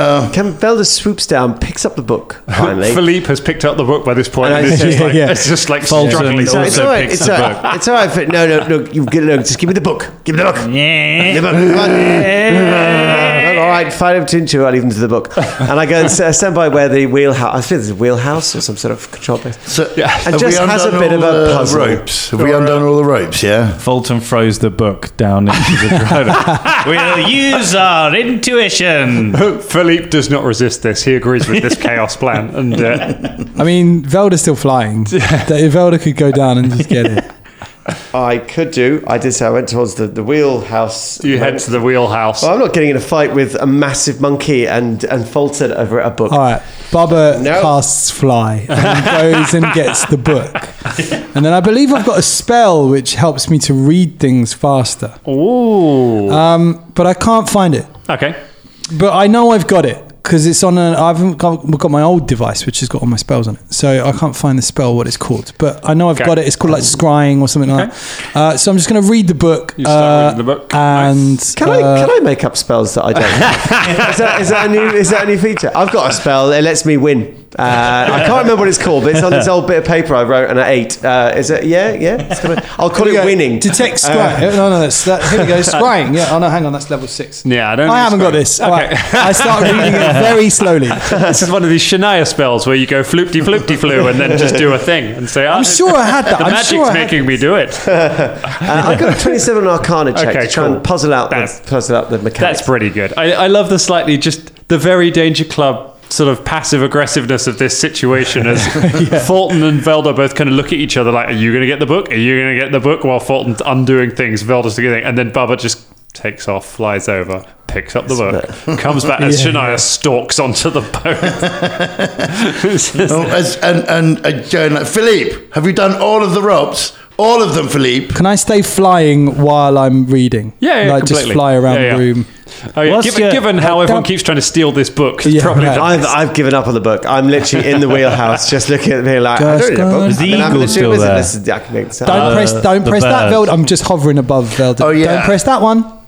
Speaker 3: Uh,
Speaker 6: Can Velda swoops down, picks up the book finally.
Speaker 4: Philippe has picked up the book by this point,
Speaker 6: And
Speaker 4: and
Speaker 6: I
Speaker 4: it's
Speaker 6: say-
Speaker 4: just like,
Speaker 7: yeah.
Speaker 4: it's just like
Speaker 8: Fulton
Speaker 4: struggling.
Speaker 8: also
Speaker 6: it's all right.
Speaker 8: picks
Speaker 6: It's
Speaker 8: the
Speaker 6: all right. It's all right. Phil. No, no, no. You get no. Just give me the book. Give me the book.
Speaker 8: Yeah.
Speaker 6: Give me the book. Come on. all right. Five of two. I'll leave them to the book. And I go and s- uh, stand by where the wheelhouse. I think there's a wheelhouse or some sort of control place.
Speaker 4: [LAUGHS]
Speaker 3: so
Speaker 6: And
Speaker 3: have we
Speaker 6: just has
Speaker 3: undone
Speaker 6: a bit
Speaker 3: all
Speaker 6: of a
Speaker 3: the
Speaker 6: puzzle.
Speaker 3: ropes. Have we undone all the ropes? Yeah.
Speaker 4: Oh,
Speaker 8: Fulton throws the book down into the drone. we'll use our intuition.
Speaker 4: Philippe does not resist this. He agrees with this chaos plan, and uh,
Speaker 7: I mean, Velda's still
Speaker 8: [LAUGHS]
Speaker 7: flying. That- Velda could go down and just get it.
Speaker 6: I could do. I did say I went towards the, the wheelhouse.
Speaker 4: you head to the wheelhouse.
Speaker 6: Well, I'm not getting in a fight with a massive monkey and and faltered over a book.
Speaker 7: All right, Bubba
Speaker 6: No.
Speaker 7: casts fly and goes and gets the book. And then I believe I've got a spell which helps me to read things faster.
Speaker 4: Ooh.
Speaker 7: Um, but I can't find it.
Speaker 4: okay.
Speaker 7: But I know I've got it because it's on an. I haven't got, I've got my old device which has got all my spells on it. So I can't find the spell what it's called. But I know I've
Speaker 4: Okay.
Speaker 7: got it. It's called like scrying or something like that. Uh, so I'm just going to read the book.
Speaker 4: You start
Speaker 7: uh,
Speaker 4: reading the book.
Speaker 7: And
Speaker 6: Can
Speaker 7: uh,
Speaker 6: I can I make up spells that I don't?
Speaker 4: [LAUGHS]
Speaker 6: Have? is, that, is that a new is that a new feature? I've got a spell that lets me win. Uh, I can't remember what it's called, but it's on this old bit of paper I wrote and I ate. Uh, is it? Yeah, yeah. It's gonna, I'll
Speaker 7: Here
Speaker 6: call
Speaker 7: we
Speaker 6: it
Speaker 7: go.
Speaker 6: winning.
Speaker 7: Detect scrying. Uh, no, no, that's that. Here we [LAUGHS] go. Scrying. Yeah. Oh no, hang on. That's level six.
Speaker 4: Yeah, I don't
Speaker 7: I
Speaker 4: know
Speaker 7: haven't got
Speaker 4: scrying.
Speaker 7: this.
Speaker 4: Okay.
Speaker 7: Alright, I start reading
Speaker 4: [LAUGHS]
Speaker 7: it very slowly. I'm
Speaker 4: This is one of these Shania spells where you go floop de floop de flu and then just do a thing and say, I'm
Speaker 7: sure I had that.
Speaker 4: [LAUGHS] The
Speaker 7: I'm
Speaker 4: magic's
Speaker 7: sure I had
Speaker 4: making me do it.
Speaker 6: Uh, I got a twenty-seven Arcana check
Speaker 4: Okay,
Speaker 6: to try
Speaker 4: cool.
Speaker 6: and puzzle out
Speaker 4: That's-
Speaker 6: the puzzle out the mechanics.
Speaker 4: That's pretty good. I, I love the slightly just the very Danger Club sort of passive aggressiveness of this situation as Fulton and Velda both kind of look at each other like, Are you going to get the book? Are you going to get the book? While Fulton's undoing things, Velda's doing it. And then Bubba just takes off, flies over, picks up the book, comes back, and Shania stalks onto the boat. [LAUGHS] It's just-
Speaker 3: Oh, as, and and again, like, Philippe, have you done all of the ropes? All of them, Philippe.
Speaker 7: Can I stay flying while I'm reading?
Speaker 4: Yeah, yeah,
Speaker 7: like just
Speaker 4: completely.
Speaker 7: fly around
Speaker 4: Yeah, yeah.
Speaker 7: the room.
Speaker 4: Oh, yeah.
Speaker 8: What's
Speaker 4: given,
Speaker 8: your-
Speaker 4: given how everyone
Speaker 7: that-
Speaker 4: keeps trying to steal this book,
Speaker 7: Yeah,
Speaker 4: probably
Speaker 7: right.
Speaker 4: the-
Speaker 6: I've, I've given up on the book. I'm literally in the wheelhouse, just looking at me like I
Speaker 7: Just
Speaker 6: don't need a book.
Speaker 7: gone. Is the
Speaker 6: I mean, I'm
Speaker 8: eagle
Speaker 6: gonna do
Speaker 8: still
Speaker 6: this,
Speaker 8: there?
Speaker 6: This is, I can make this up.
Speaker 7: Don't press. Don't
Speaker 8: the
Speaker 7: press that,
Speaker 8: bird.
Speaker 7: Veld. I'm just hovering above Veld.
Speaker 3: Oh, yeah.
Speaker 7: Don't press that one.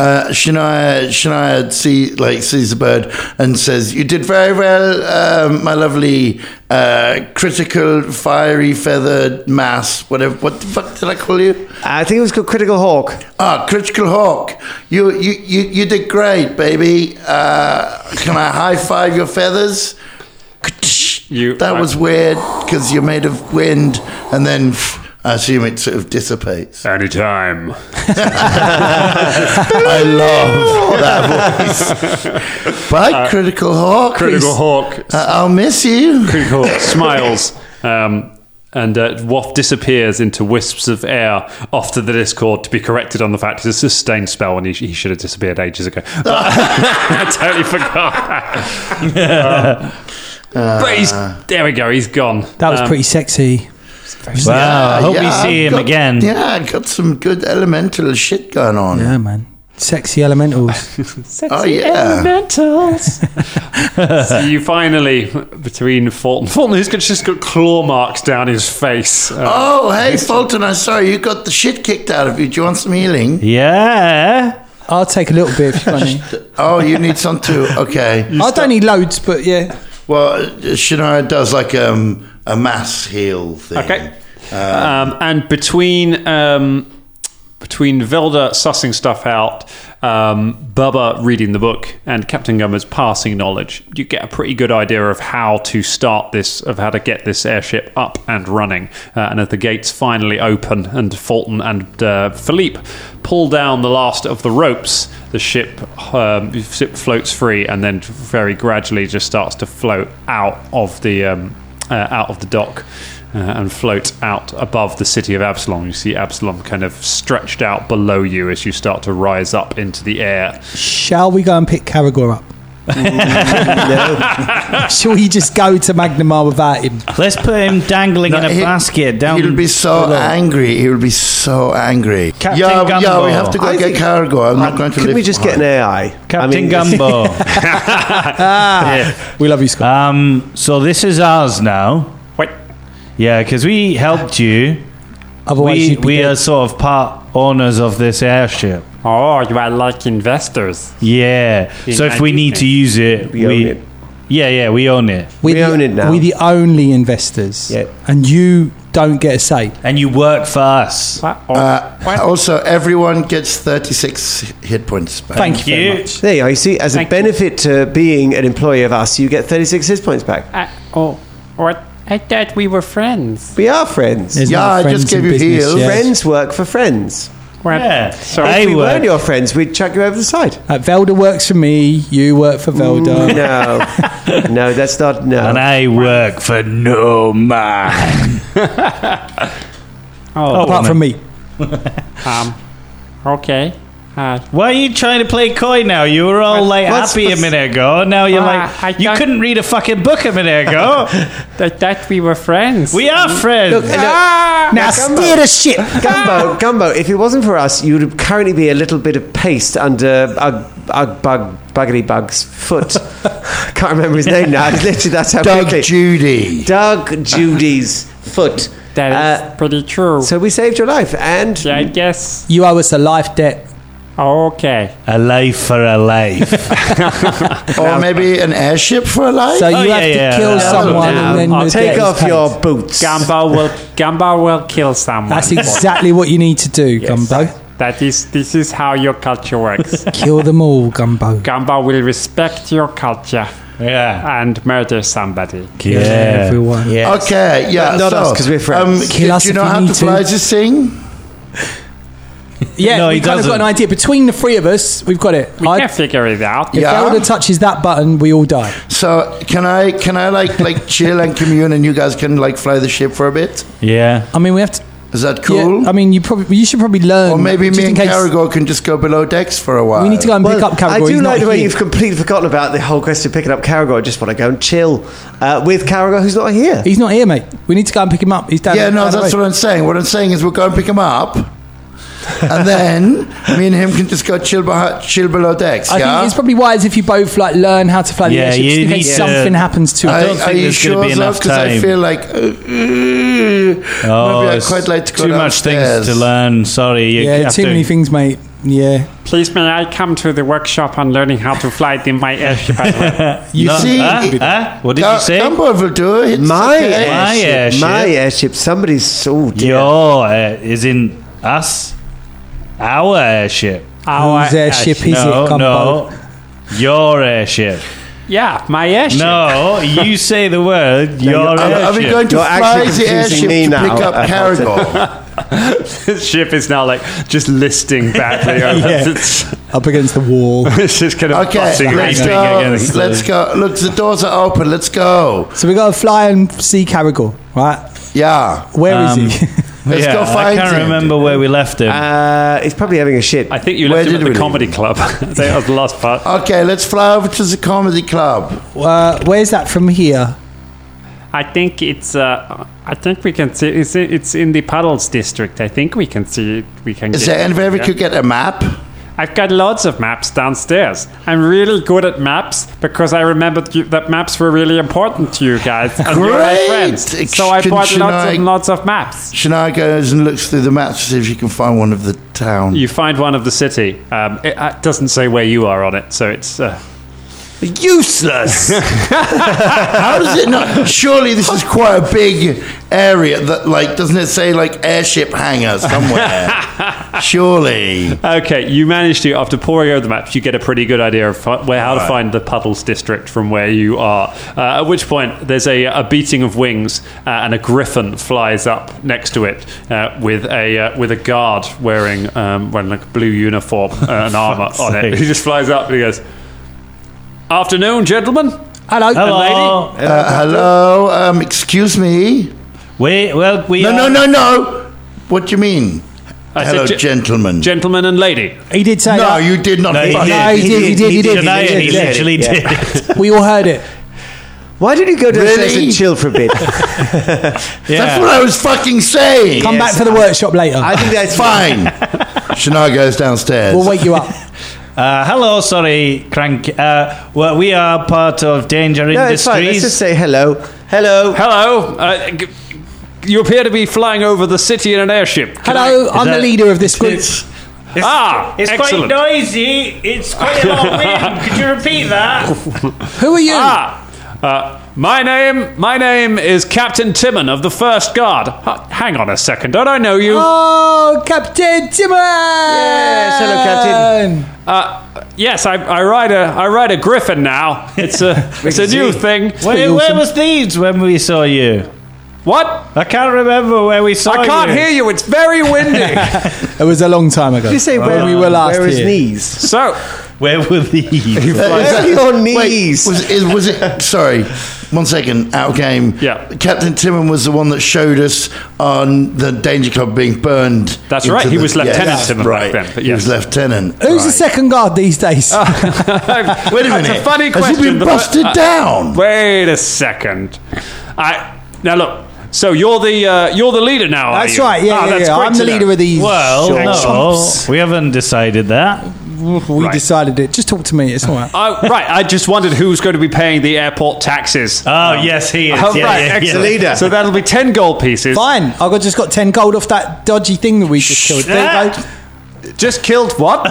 Speaker 3: Uh, Shania, Shania see, like, sees the bird and says, You did very well, um, my lovely uh, critical, fiery feathered mass, whatever. What the fuck did I call you?
Speaker 6: I think it was called Critical Hawk.
Speaker 3: Ah, Critical Hawk. You, you, you, you did great, baby. Uh, can I high five your feathers?
Speaker 4: You-
Speaker 3: that was weird because you're made of wind, and then I assume it sort of dissipates.
Speaker 4: Anytime.
Speaker 3: [LAUGHS] I love that voice. Bye, Critical Hawk.
Speaker 4: Uh, Critical
Speaker 3: We-
Speaker 4: Hawk.
Speaker 3: Uh, I'll miss you.
Speaker 4: Critical Hawk smiles. Um, and uh, Woff disappears into wisps of air off to the Discord to be corrected on the fact it's a sustained spell and he, he should have disappeared ages ago. [LAUGHS] But I totally forgot. Um, but he's, there we go, he's gone.
Speaker 7: That was pretty sexy.
Speaker 8: Wow, I hope we
Speaker 3: Yeah, I've
Speaker 8: see him
Speaker 3: got-
Speaker 8: again.
Speaker 3: Yeah, I got some good elemental shit going on.
Speaker 7: Yeah, Oh, man. Sexy
Speaker 3: [LAUGHS]
Speaker 7: elementals.
Speaker 3: Oh yeah.
Speaker 4: So you finally, between Fulton, Fulton who's got, just got claw marks down his face. Uh,
Speaker 3: Oh hey Fulton, I'm sorry you got the shit kicked out of you. Do you want some healing?
Speaker 8: Yeah.
Speaker 7: I'll take a little bit if you want me.
Speaker 3: Oh, you need some
Speaker 6: [LAUGHS]
Speaker 3: too. Okay.
Speaker 7: I don't need loads, but yeah.
Speaker 3: Well, Shania does like um, a mass heal thing.
Speaker 4: Okay. Um, and between um, between Velda sussing stuff out, um, Bubba reading the book, and Captain Gummer's passing knowledge, you get a pretty good idea of how to start this, of how to get this airship up and running. Uh, and as the gates finally open, and Fulton and uh, Philippe pull down the last of the ropes, the ship um, ship floats free, and then very gradually just starts to float out of the um, uh, out of the dock uh, and float out above the city of Absalom. You see Absalom kind of stretched out below you as you start to rise up into the air.
Speaker 7: Shall we go and pick Caragor
Speaker 3: [LAUGHS]
Speaker 7: up? [LAUGHS] Shall we just go to Magnamar without him?
Speaker 8: Let's put him dangling in a
Speaker 3: he-
Speaker 8: basket down.
Speaker 3: He'll be so
Speaker 8: below.
Speaker 3: angry. He'll be so angry.
Speaker 8: Captain
Speaker 3: yeah, yeah, we
Speaker 8: Gumball.
Speaker 3: have to go
Speaker 6: I
Speaker 3: get
Speaker 6: think-
Speaker 3: Cargo. I'm not going to.
Speaker 6: Could
Speaker 3: live
Speaker 6: we just get an AI?
Speaker 8: [LAUGHS]
Speaker 6: [LAUGHS]
Speaker 8: Captain Gumbo.
Speaker 7: We love you, Scott.
Speaker 8: um, so this is ours now.
Speaker 4: Wait,
Speaker 8: Yeah, because we helped you.
Speaker 7: Otherwise,
Speaker 8: we
Speaker 7: you'd be
Speaker 8: we
Speaker 7: dead.
Speaker 8: are sort of part owners of this airship.
Speaker 4: oh, you are like [LAUGHS] investors.
Speaker 8: Yeah. So if we need to use it, we,
Speaker 6: own it.
Speaker 8: yeah, yeah, we own it.
Speaker 7: We're
Speaker 6: We
Speaker 7: the,
Speaker 6: own it now.
Speaker 7: We're the only investors.
Speaker 6: Yep.
Speaker 7: And you don't get a say.
Speaker 8: And you work for us.
Speaker 3: Uh, also, everyone gets 36 hit points back.
Speaker 7: Thank, you. very much.
Speaker 6: There you are. You see, as a benefit to being an employee of us, you get 36 hit points back.
Speaker 9: I, oh, what? I thought we were friends.
Speaker 6: We are friends.
Speaker 7: There's
Speaker 3: Yeah,
Speaker 7: no
Speaker 3: I just
Speaker 7: friends in
Speaker 3: gave you
Speaker 7: business,
Speaker 3: heels.
Speaker 7: yeah.
Speaker 6: Friends work for friends.
Speaker 8: yeah.
Speaker 6: if we
Speaker 8: I
Speaker 6: weren't
Speaker 8: work.
Speaker 6: your friends, we'd chuck you over the side.
Speaker 7: Uh, Velda works for me. You work for
Speaker 6: Mm.
Speaker 7: Velda.
Speaker 6: No, no, that's not. No.
Speaker 8: And I work for no man.
Speaker 9: Oh,
Speaker 7: Apart from me.
Speaker 9: um,
Speaker 8: Oh.
Speaker 9: okay. Uh,
Speaker 8: Why are you trying to play coy now? You were all like
Speaker 6: what's-
Speaker 8: happy a
Speaker 6: what's-
Speaker 8: minute ago. Now you're
Speaker 9: Ah, I
Speaker 8: like you
Speaker 9: don't-
Speaker 8: couldn't read a fucking book a minute ago.
Speaker 7: [LAUGHS]
Speaker 9: I thought we were friends.
Speaker 8: we are friends.
Speaker 6: Look, look,
Speaker 7: Now
Speaker 6: Ah! Gumbo.
Speaker 7: steer the ship.
Speaker 6: Gumbo, Gumbo, if it wasn't for us, you would currently be a little bit of paste under Ug, Ug Bug, Buggity Bug's [LAUGHS] foot. Can't remember his name now. Literally, that's how
Speaker 3: Doug
Speaker 6: quickly.
Speaker 3: Judy.
Speaker 6: Doug Judy's foot.
Speaker 9: That is
Speaker 6: Uh,
Speaker 9: pretty true.
Speaker 6: so we saved your life, and
Speaker 9: yeah, I guess.
Speaker 7: You owe us a life debt.
Speaker 9: Okay.
Speaker 8: a life for
Speaker 7: [LAUGHS]
Speaker 8: a life.
Speaker 7: Ah,
Speaker 3: Or maybe an airship for a life?
Speaker 7: So you
Speaker 8: Oh, yeah,
Speaker 7: have to
Speaker 8: yeah,
Speaker 7: kill
Speaker 8: yeah.
Speaker 7: someone
Speaker 9: Now,
Speaker 7: and then
Speaker 9: I'll
Speaker 7: the debt
Speaker 6: take
Speaker 7: is
Speaker 6: off
Speaker 7: paid.
Speaker 6: your boots.
Speaker 9: Gumbo will Gumbo will kill someone.
Speaker 7: That's exactly what you need to do, Gumbo.
Speaker 9: That is this is how your culture
Speaker 6: [LAUGHS]
Speaker 9: works.
Speaker 7: Kill them all, Gumbo.
Speaker 9: Gumbo will respect your culture
Speaker 8: yeah.
Speaker 9: and murder somebody.
Speaker 8: Yeah.
Speaker 7: Everyone. Oh, Yeah.
Speaker 3: okay, yeah.
Speaker 6: Not
Speaker 3: so,
Speaker 6: us, 'cause we're friends.
Speaker 3: Um,
Speaker 7: Kill
Speaker 3: do
Speaker 7: us
Speaker 3: you
Speaker 7: if
Speaker 3: know
Speaker 7: you
Speaker 3: how
Speaker 7: need
Speaker 3: to
Speaker 7: to.
Speaker 3: fly this thing?
Speaker 7: Yeah,
Speaker 8: No,
Speaker 7: we
Speaker 8: he
Speaker 7: kind of got an
Speaker 8: doesn't.
Speaker 7: idea. Between the three of us, we've got it.
Speaker 9: We
Speaker 7: I-
Speaker 9: can figure it out.
Speaker 7: if
Speaker 3: Yeah.
Speaker 7: Elder touches that button, we all die.
Speaker 3: So can I can I like
Speaker 7: [LAUGHS]
Speaker 3: like chill and commune and you guys can like fly the ship for a bit?
Speaker 8: Yeah.
Speaker 7: I mean, we have to.
Speaker 3: Is that
Speaker 7: yeah,
Speaker 3: cool?
Speaker 7: I mean, you probably you should probably learn.
Speaker 3: or maybe
Speaker 7: just
Speaker 3: me
Speaker 7: in
Speaker 3: and
Speaker 7: case-
Speaker 3: Caragor can just go below decks for a while.
Speaker 7: We need to go and pick up Caragor.
Speaker 6: I do
Speaker 7: He's
Speaker 6: like
Speaker 7: not
Speaker 6: the way
Speaker 7: here.
Speaker 6: you've completely forgotten about the whole question of picking up Caragor. I just want to go and chill uh, with Caragor, who's not here.
Speaker 7: He's not here, mate. We need to go and pick him up. He's down.
Speaker 3: Yeah, no,
Speaker 7: down the
Speaker 3: that's
Speaker 7: way.
Speaker 3: what I'm saying. What I'm saying is we'll go and pick him up,
Speaker 7: [LAUGHS]
Speaker 3: and then me and him can just go chill, behind, chill below decks.
Speaker 7: I
Speaker 3: yeah.
Speaker 7: think it's probably wise if you both like learn how to fly
Speaker 8: Yeah,
Speaker 7: the airship
Speaker 8: you
Speaker 7: just in
Speaker 8: need
Speaker 7: case
Speaker 8: to-
Speaker 7: something happens to
Speaker 8: I
Speaker 7: it.
Speaker 8: don't think there's gonna be enough
Speaker 3: Because I
Speaker 8: time.
Speaker 3: feel like uh, maybe I
Speaker 8: it's
Speaker 3: quite like to go
Speaker 8: Oh, too much
Speaker 3: downstairs.
Speaker 8: things to learn. Sorry, you
Speaker 7: Yeah,
Speaker 8: have
Speaker 7: too
Speaker 8: to-
Speaker 7: many things, mate. Yeah.
Speaker 9: Please, may I come to the workshop on learning how to fly in my airship
Speaker 6: [LAUGHS]
Speaker 9: as well?
Speaker 7: You
Speaker 3: see-
Speaker 1: Huh? Huh? What did you say?
Speaker 3: Come over to it. It's
Speaker 6: My
Speaker 3: okay.
Speaker 1: My
Speaker 6: airship.
Speaker 1: airship.
Speaker 6: My airship. Somebody's. Oh, dear.
Speaker 1: Your
Speaker 8: uh,
Speaker 1: air is in us. Our airship.
Speaker 9: Our
Speaker 8: Uh,
Speaker 7: Whose airship
Speaker 9: airship.
Speaker 7: is
Speaker 1: no,
Speaker 7: it? Come
Speaker 8: [LAUGHS]
Speaker 1: no. Your airship.
Speaker 9: Yeah, my airship.
Speaker 1: No, you say the
Speaker 7: [LAUGHS]
Speaker 1: word. your
Speaker 3: Are, are we
Speaker 1: airship.
Speaker 3: going to
Speaker 6: You're
Speaker 3: fly
Speaker 6: actually
Speaker 3: the
Speaker 6: confusing
Speaker 3: airship
Speaker 6: me
Speaker 3: to
Speaker 6: now.
Speaker 3: pick up Caragol?
Speaker 4: This ship is now like just
Speaker 9: [LAUGHS]
Speaker 4: listing badly. it's,
Speaker 7: Up against the wall.
Speaker 4: [LAUGHS] it's just kind of
Speaker 3: Okay,
Speaker 4: butting,
Speaker 3: let's
Speaker 4: raping
Speaker 3: go.
Speaker 4: against the-
Speaker 3: Let's go. Look, the doors are open. Let's go.
Speaker 7: so we got to fly and see Caragor, right?
Speaker 3: Yeah.
Speaker 7: Where is
Speaker 1: Um,
Speaker 7: he?
Speaker 3: Let's
Speaker 1: yeah,
Speaker 3: go
Speaker 1: I
Speaker 3: find
Speaker 1: can't
Speaker 3: him.
Speaker 1: remember where we left him.
Speaker 6: Uh, he's probably having a shit.
Speaker 4: I think you
Speaker 3: Where
Speaker 4: left him
Speaker 3: did
Speaker 4: at
Speaker 3: we
Speaker 4: the comedy
Speaker 3: leave?
Speaker 9: [LAUGHS]
Speaker 4: club. [LAUGHS] that was the last part.
Speaker 3: Okay, let's fly over to the comedy club.
Speaker 7: [LAUGHS] uh, where's that from here?
Speaker 9: I think it's. Uh, I think we can see. It's, it's in the puddles district. I think we can see. it. We can.
Speaker 3: Is
Speaker 9: get
Speaker 3: there
Speaker 9: it,
Speaker 3: anywhere we
Speaker 9: yeah.
Speaker 3: could get a map?
Speaker 9: I've got lots of maps downstairs. I'm really good at maps because I remembered you, that maps were really important to you guys and you're my
Speaker 3: Great!
Speaker 9: friends. So I bought
Speaker 3: Extension
Speaker 9: lots
Speaker 3: I-
Speaker 9: and lots of maps.
Speaker 3: Shania goes and looks through the map to see if she can find one of the town.
Speaker 4: You find one of the city. Um, it uh, doesn't say where you are on it, so it's. Uh,
Speaker 3: Useless. How does it not? Surely this is quite a big area. That like doesn't it say like airship hangar somewhere? Surely.
Speaker 4: okay, you manage to, after pouring over the maps, you get a pretty good idea of fi- where, how to find the puddles district from where you are. Uh, at which point, there's a, a beating of wings, uh, and a griffin flies up next to it uh, with a uh, with a guard wearing um, wearing like a blue uniform uh, and armor on it. He just flies up and he goes, "Afternoon, gentlemen."
Speaker 7: Hello.
Speaker 1: Hello.
Speaker 3: Uh, hello. Um, excuse me.
Speaker 1: We well we
Speaker 3: No,
Speaker 1: are,
Speaker 3: no, no, no. What do you mean?
Speaker 4: I said,
Speaker 3: hello,
Speaker 4: "Gen-
Speaker 3: gentlemen.
Speaker 4: Gentlemen and lady.
Speaker 7: He did say
Speaker 3: no,
Speaker 7: that.
Speaker 3: you did not.
Speaker 1: No, Uh, he
Speaker 3: fuck-
Speaker 1: did.
Speaker 7: No, he did, he did, he did,
Speaker 1: denied
Speaker 7: he
Speaker 1: it.
Speaker 7: did,
Speaker 1: He
Speaker 7: he did.
Speaker 1: literally did.
Speaker 7: we all heard it.
Speaker 6: Why don't you go to the
Speaker 3: Really?
Speaker 6: and chill for a
Speaker 4: [LAUGHS]
Speaker 6: bit? [LAUGHS]
Speaker 3: That's what I was fucking saying.
Speaker 7: Come back for the workshop later.
Speaker 6: I think
Speaker 3: [LAUGHS]
Speaker 6: that's
Speaker 3: Fine. Shania goes downstairs.
Speaker 7: we'll wake you up.
Speaker 1: Uh, hello, sorry, crank. Uh, well, we are part of Danger
Speaker 6: No, it's fine. Let's
Speaker 1: Industries.
Speaker 6: just say hello. Hello.
Speaker 4: Hello. Uh, g- you appear to be flying over the city in an airship. Can I-
Speaker 7: Hello, I'm
Speaker 1: that-
Speaker 7: the leader of this group.
Speaker 1: It's-
Speaker 4: ah,
Speaker 5: It's
Speaker 4: excellent.
Speaker 5: quite noisy. It's quite a lot of wind. Could you repeat that?
Speaker 7: Who are you? Oh.
Speaker 4: Ah, uh, my name, my name is Captain Timon of the First Guard. H- hang on a second, don't I know you?
Speaker 7: Oh, Captain Timon! Uh, Yes,
Speaker 6: hello, Captain.
Speaker 4: Uh, yes, I, I ride a, I ride a griffin now.
Speaker 7: [LAUGHS]
Speaker 4: It's a, it's a new thing.
Speaker 1: where, where
Speaker 7: awesome.
Speaker 1: was Thebes when we saw you?
Speaker 4: What?
Speaker 1: I can't remember where we saw you.
Speaker 7: Oh,
Speaker 4: I can't hear you. It's very windy.
Speaker 7: It was a long time ago.
Speaker 6: You say where
Speaker 7: we were last
Speaker 6: Where is
Speaker 7: here.
Speaker 4: [LAUGHS]
Speaker 7: [LAUGHS]
Speaker 6: knees?
Speaker 4: so,
Speaker 1: Where were these?
Speaker 6: Where are your knees?
Speaker 3: was, it, was it? Sorry, one second. Out of game.
Speaker 4: Yeah.
Speaker 3: Captain Timon was the one that showed us on the Danger Club being burned.
Speaker 4: That's
Speaker 3: into
Speaker 4: right, he
Speaker 3: the-
Speaker 4: was Lieutenant Timon back
Speaker 3: right.
Speaker 4: then, but
Speaker 3: He was
Speaker 4: yes.
Speaker 3: Lieutenant.
Speaker 7: Who's
Speaker 3: right.
Speaker 7: the second guard these days?
Speaker 4: wait
Speaker 3: Wait a minute.
Speaker 4: That's a funny
Speaker 3: Has
Speaker 4: question.
Speaker 3: he been
Speaker 4: The fir-
Speaker 3: busted
Speaker 4: uh,
Speaker 3: down?
Speaker 4: Wait a second. I now look. So you're the uh, you're the leader now. are
Speaker 7: that's
Speaker 4: you?
Speaker 7: right. Yeah,
Speaker 4: Ah,
Speaker 7: yeah,
Speaker 4: that's
Speaker 7: yeah.
Speaker 4: great
Speaker 7: I'm
Speaker 4: to
Speaker 7: the
Speaker 4: know.
Speaker 7: leader of these.
Speaker 1: well,
Speaker 7: short
Speaker 1: no,
Speaker 7: chumps.
Speaker 1: we haven't decided that.
Speaker 7: [LAUGHS] we decided it. Just talk to me. It's all right.
Speaker 4: Oh, right. I just wondered who's going to be paying the airport taxes.
Speaker 1: Oh yes, he is.
Speaker 4: Oh,
Speaker 1: yeah,
Speaker 4: right,
Speaker 1: yeah, yeah.
Speaker 4: excellent. So that'll be ten gold pieces.
Speaker 7: Fine. I got just got ten gold off that dodgy thing that we just killed. There you go.
Speaker 4: Just killed
Speaker 6: [LAUGHS]
Speaker 4: what?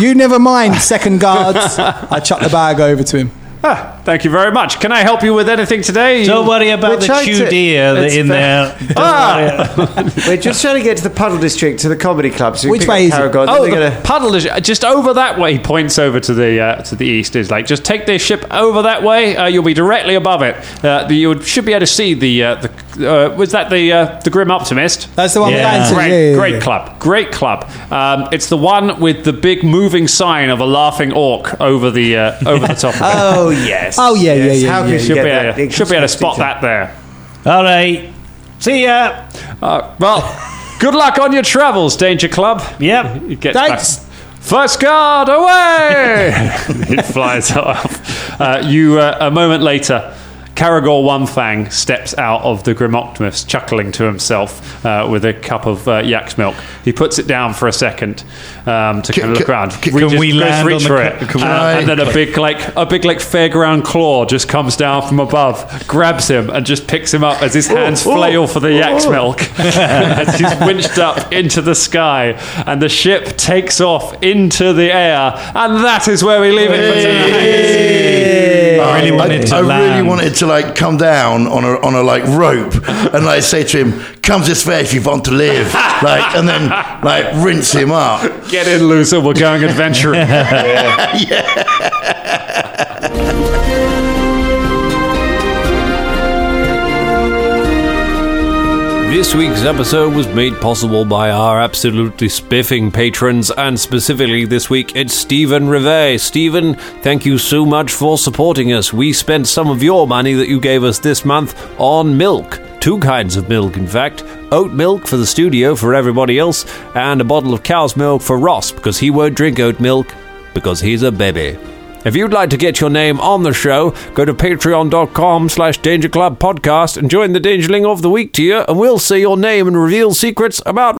Speaker 7: You never mind, second guards. I chucked the bag over to him.
Speaker 4: ah, thank you very much. Can I help you with anything today?
Speaker 1: Don't worry about
Speaker 6: We're
Speaker 1: the
Speaker 6: trying
Speaker 1: chew
Speaker 6: to-
Speaker 1: deer that
Speaker 6: it's
Speaker 1: in
Speaker 6: fair.
Speaker 1: there. Don't
Speaker 4: Ah.
Speaker 1: worry.
Speaker 6: We're just trying to get to the puddle district to the comedy club. So we
Speaker 7: Which
Speaker 6: pick
Speaker 7: way is
Speaker 6: up
Speaker 7: it?
Speaker 6: Caragol.
Speaker 4: Oh,
Speaker 6: Then
Speaker 4: the
Speaker 6: we're gonna-
Speaker 4: puddle is just over that way. He points over to the uh, to the east. Is like just take this ship over that way. Uh, you'll be directly above it. Uh, the, you should be able to see the uh, the uh, was that the uh, the grim optimist.
Speaker 7: That's the one
Speaker 1: Yeah.
Speaker 7: we're going
Speaker 4: Great,
Speaker 7: to. Yeah, yeah,
Speaker 4: great
Speaker 7: yeah.
Speaker 4: club, great club. Um, it's the one with the big moving sign of a laughing orc over the uh, over the top. Of it.
Speaker 6: Oh yes.
Speaker 7: Oh, yeah,
Speaker 6: Yes.
Speaker 7: yeah,
Speaker 6: How
Speaker 7: yeah,
Speaker 6: could
Speaker 7: yeah.
Speaker 6: you
Speaker 4: should,
Speaker 6: get
Speaker 4: be
Speaker 6: that?
Speaker 4: able, should be able to spot that there.
Speaker 1: All right. See ya.
Speaker 4: Uh, well, good luck on your travels, Danger Club. [LAUGHS]
Speaker 1: Yep.
Speaker 4: He gets
Speaker 7: Thanks.
Speaker 4: back. First guard [LAUGHS]
Speaker 8: [LAUGHS]
Speaker 4: away! it flies off. Uh, you uh, a moment later, Caragor One Fang steps out of the Grim Optimus, chuckling to himself uh, with a cup of uh, yak's milk. He puts it down for a second um, to kind of look
Speaker 3: can-
Speaker 4: around.
Speaker 3: can-
Speaker 4: Reaches-
Speaker 8: can we
Speaker 4: goes
Speaker 8: land
Speaker 4: reach
Speaker 8: on the
Speaker 4: for
Speaker 8: ca-
Speaker 4: it?
Speaker 8: can we-
Speaker 4: Uh, and then a big like a big like fairground claw just comes down from above, grabs him, and just picks him up as his hands flail for the yak's milk, [LAUGHS] as he's winched up into the sky, and the ship takes off into the air, and that is where we leave it for tonight.
Speaker 8: I
Speaker 3: I,
Speaker 8: really wanted to
Speaker 3: I really
Speaker 8: land.
Speaker 3: wanted to like come down on a on a like rope and like say to him, "Come this way if you want to live," like and then like rinse him up.
Speaker 4: Get in, loser. We're going adventuring.
Speaker 2: This week's episode was made possible by our absolutely spiffing patrons, and specifically this week, it's Stephen Rivet. Stephen, thank you so much for supporting us. We spent some of your money that you gave us this month on milk. Two kinds of milk, in fact oat milk for the studio for everybody else, and a bottle of cow's milk for Ross because he won't drink oat milk because he's a baby. If you'd like to get your name on the show, go to patreon.com slash danger club podcast and join the Dangerling of the Week tier, and we'll say your name and reveal secrets about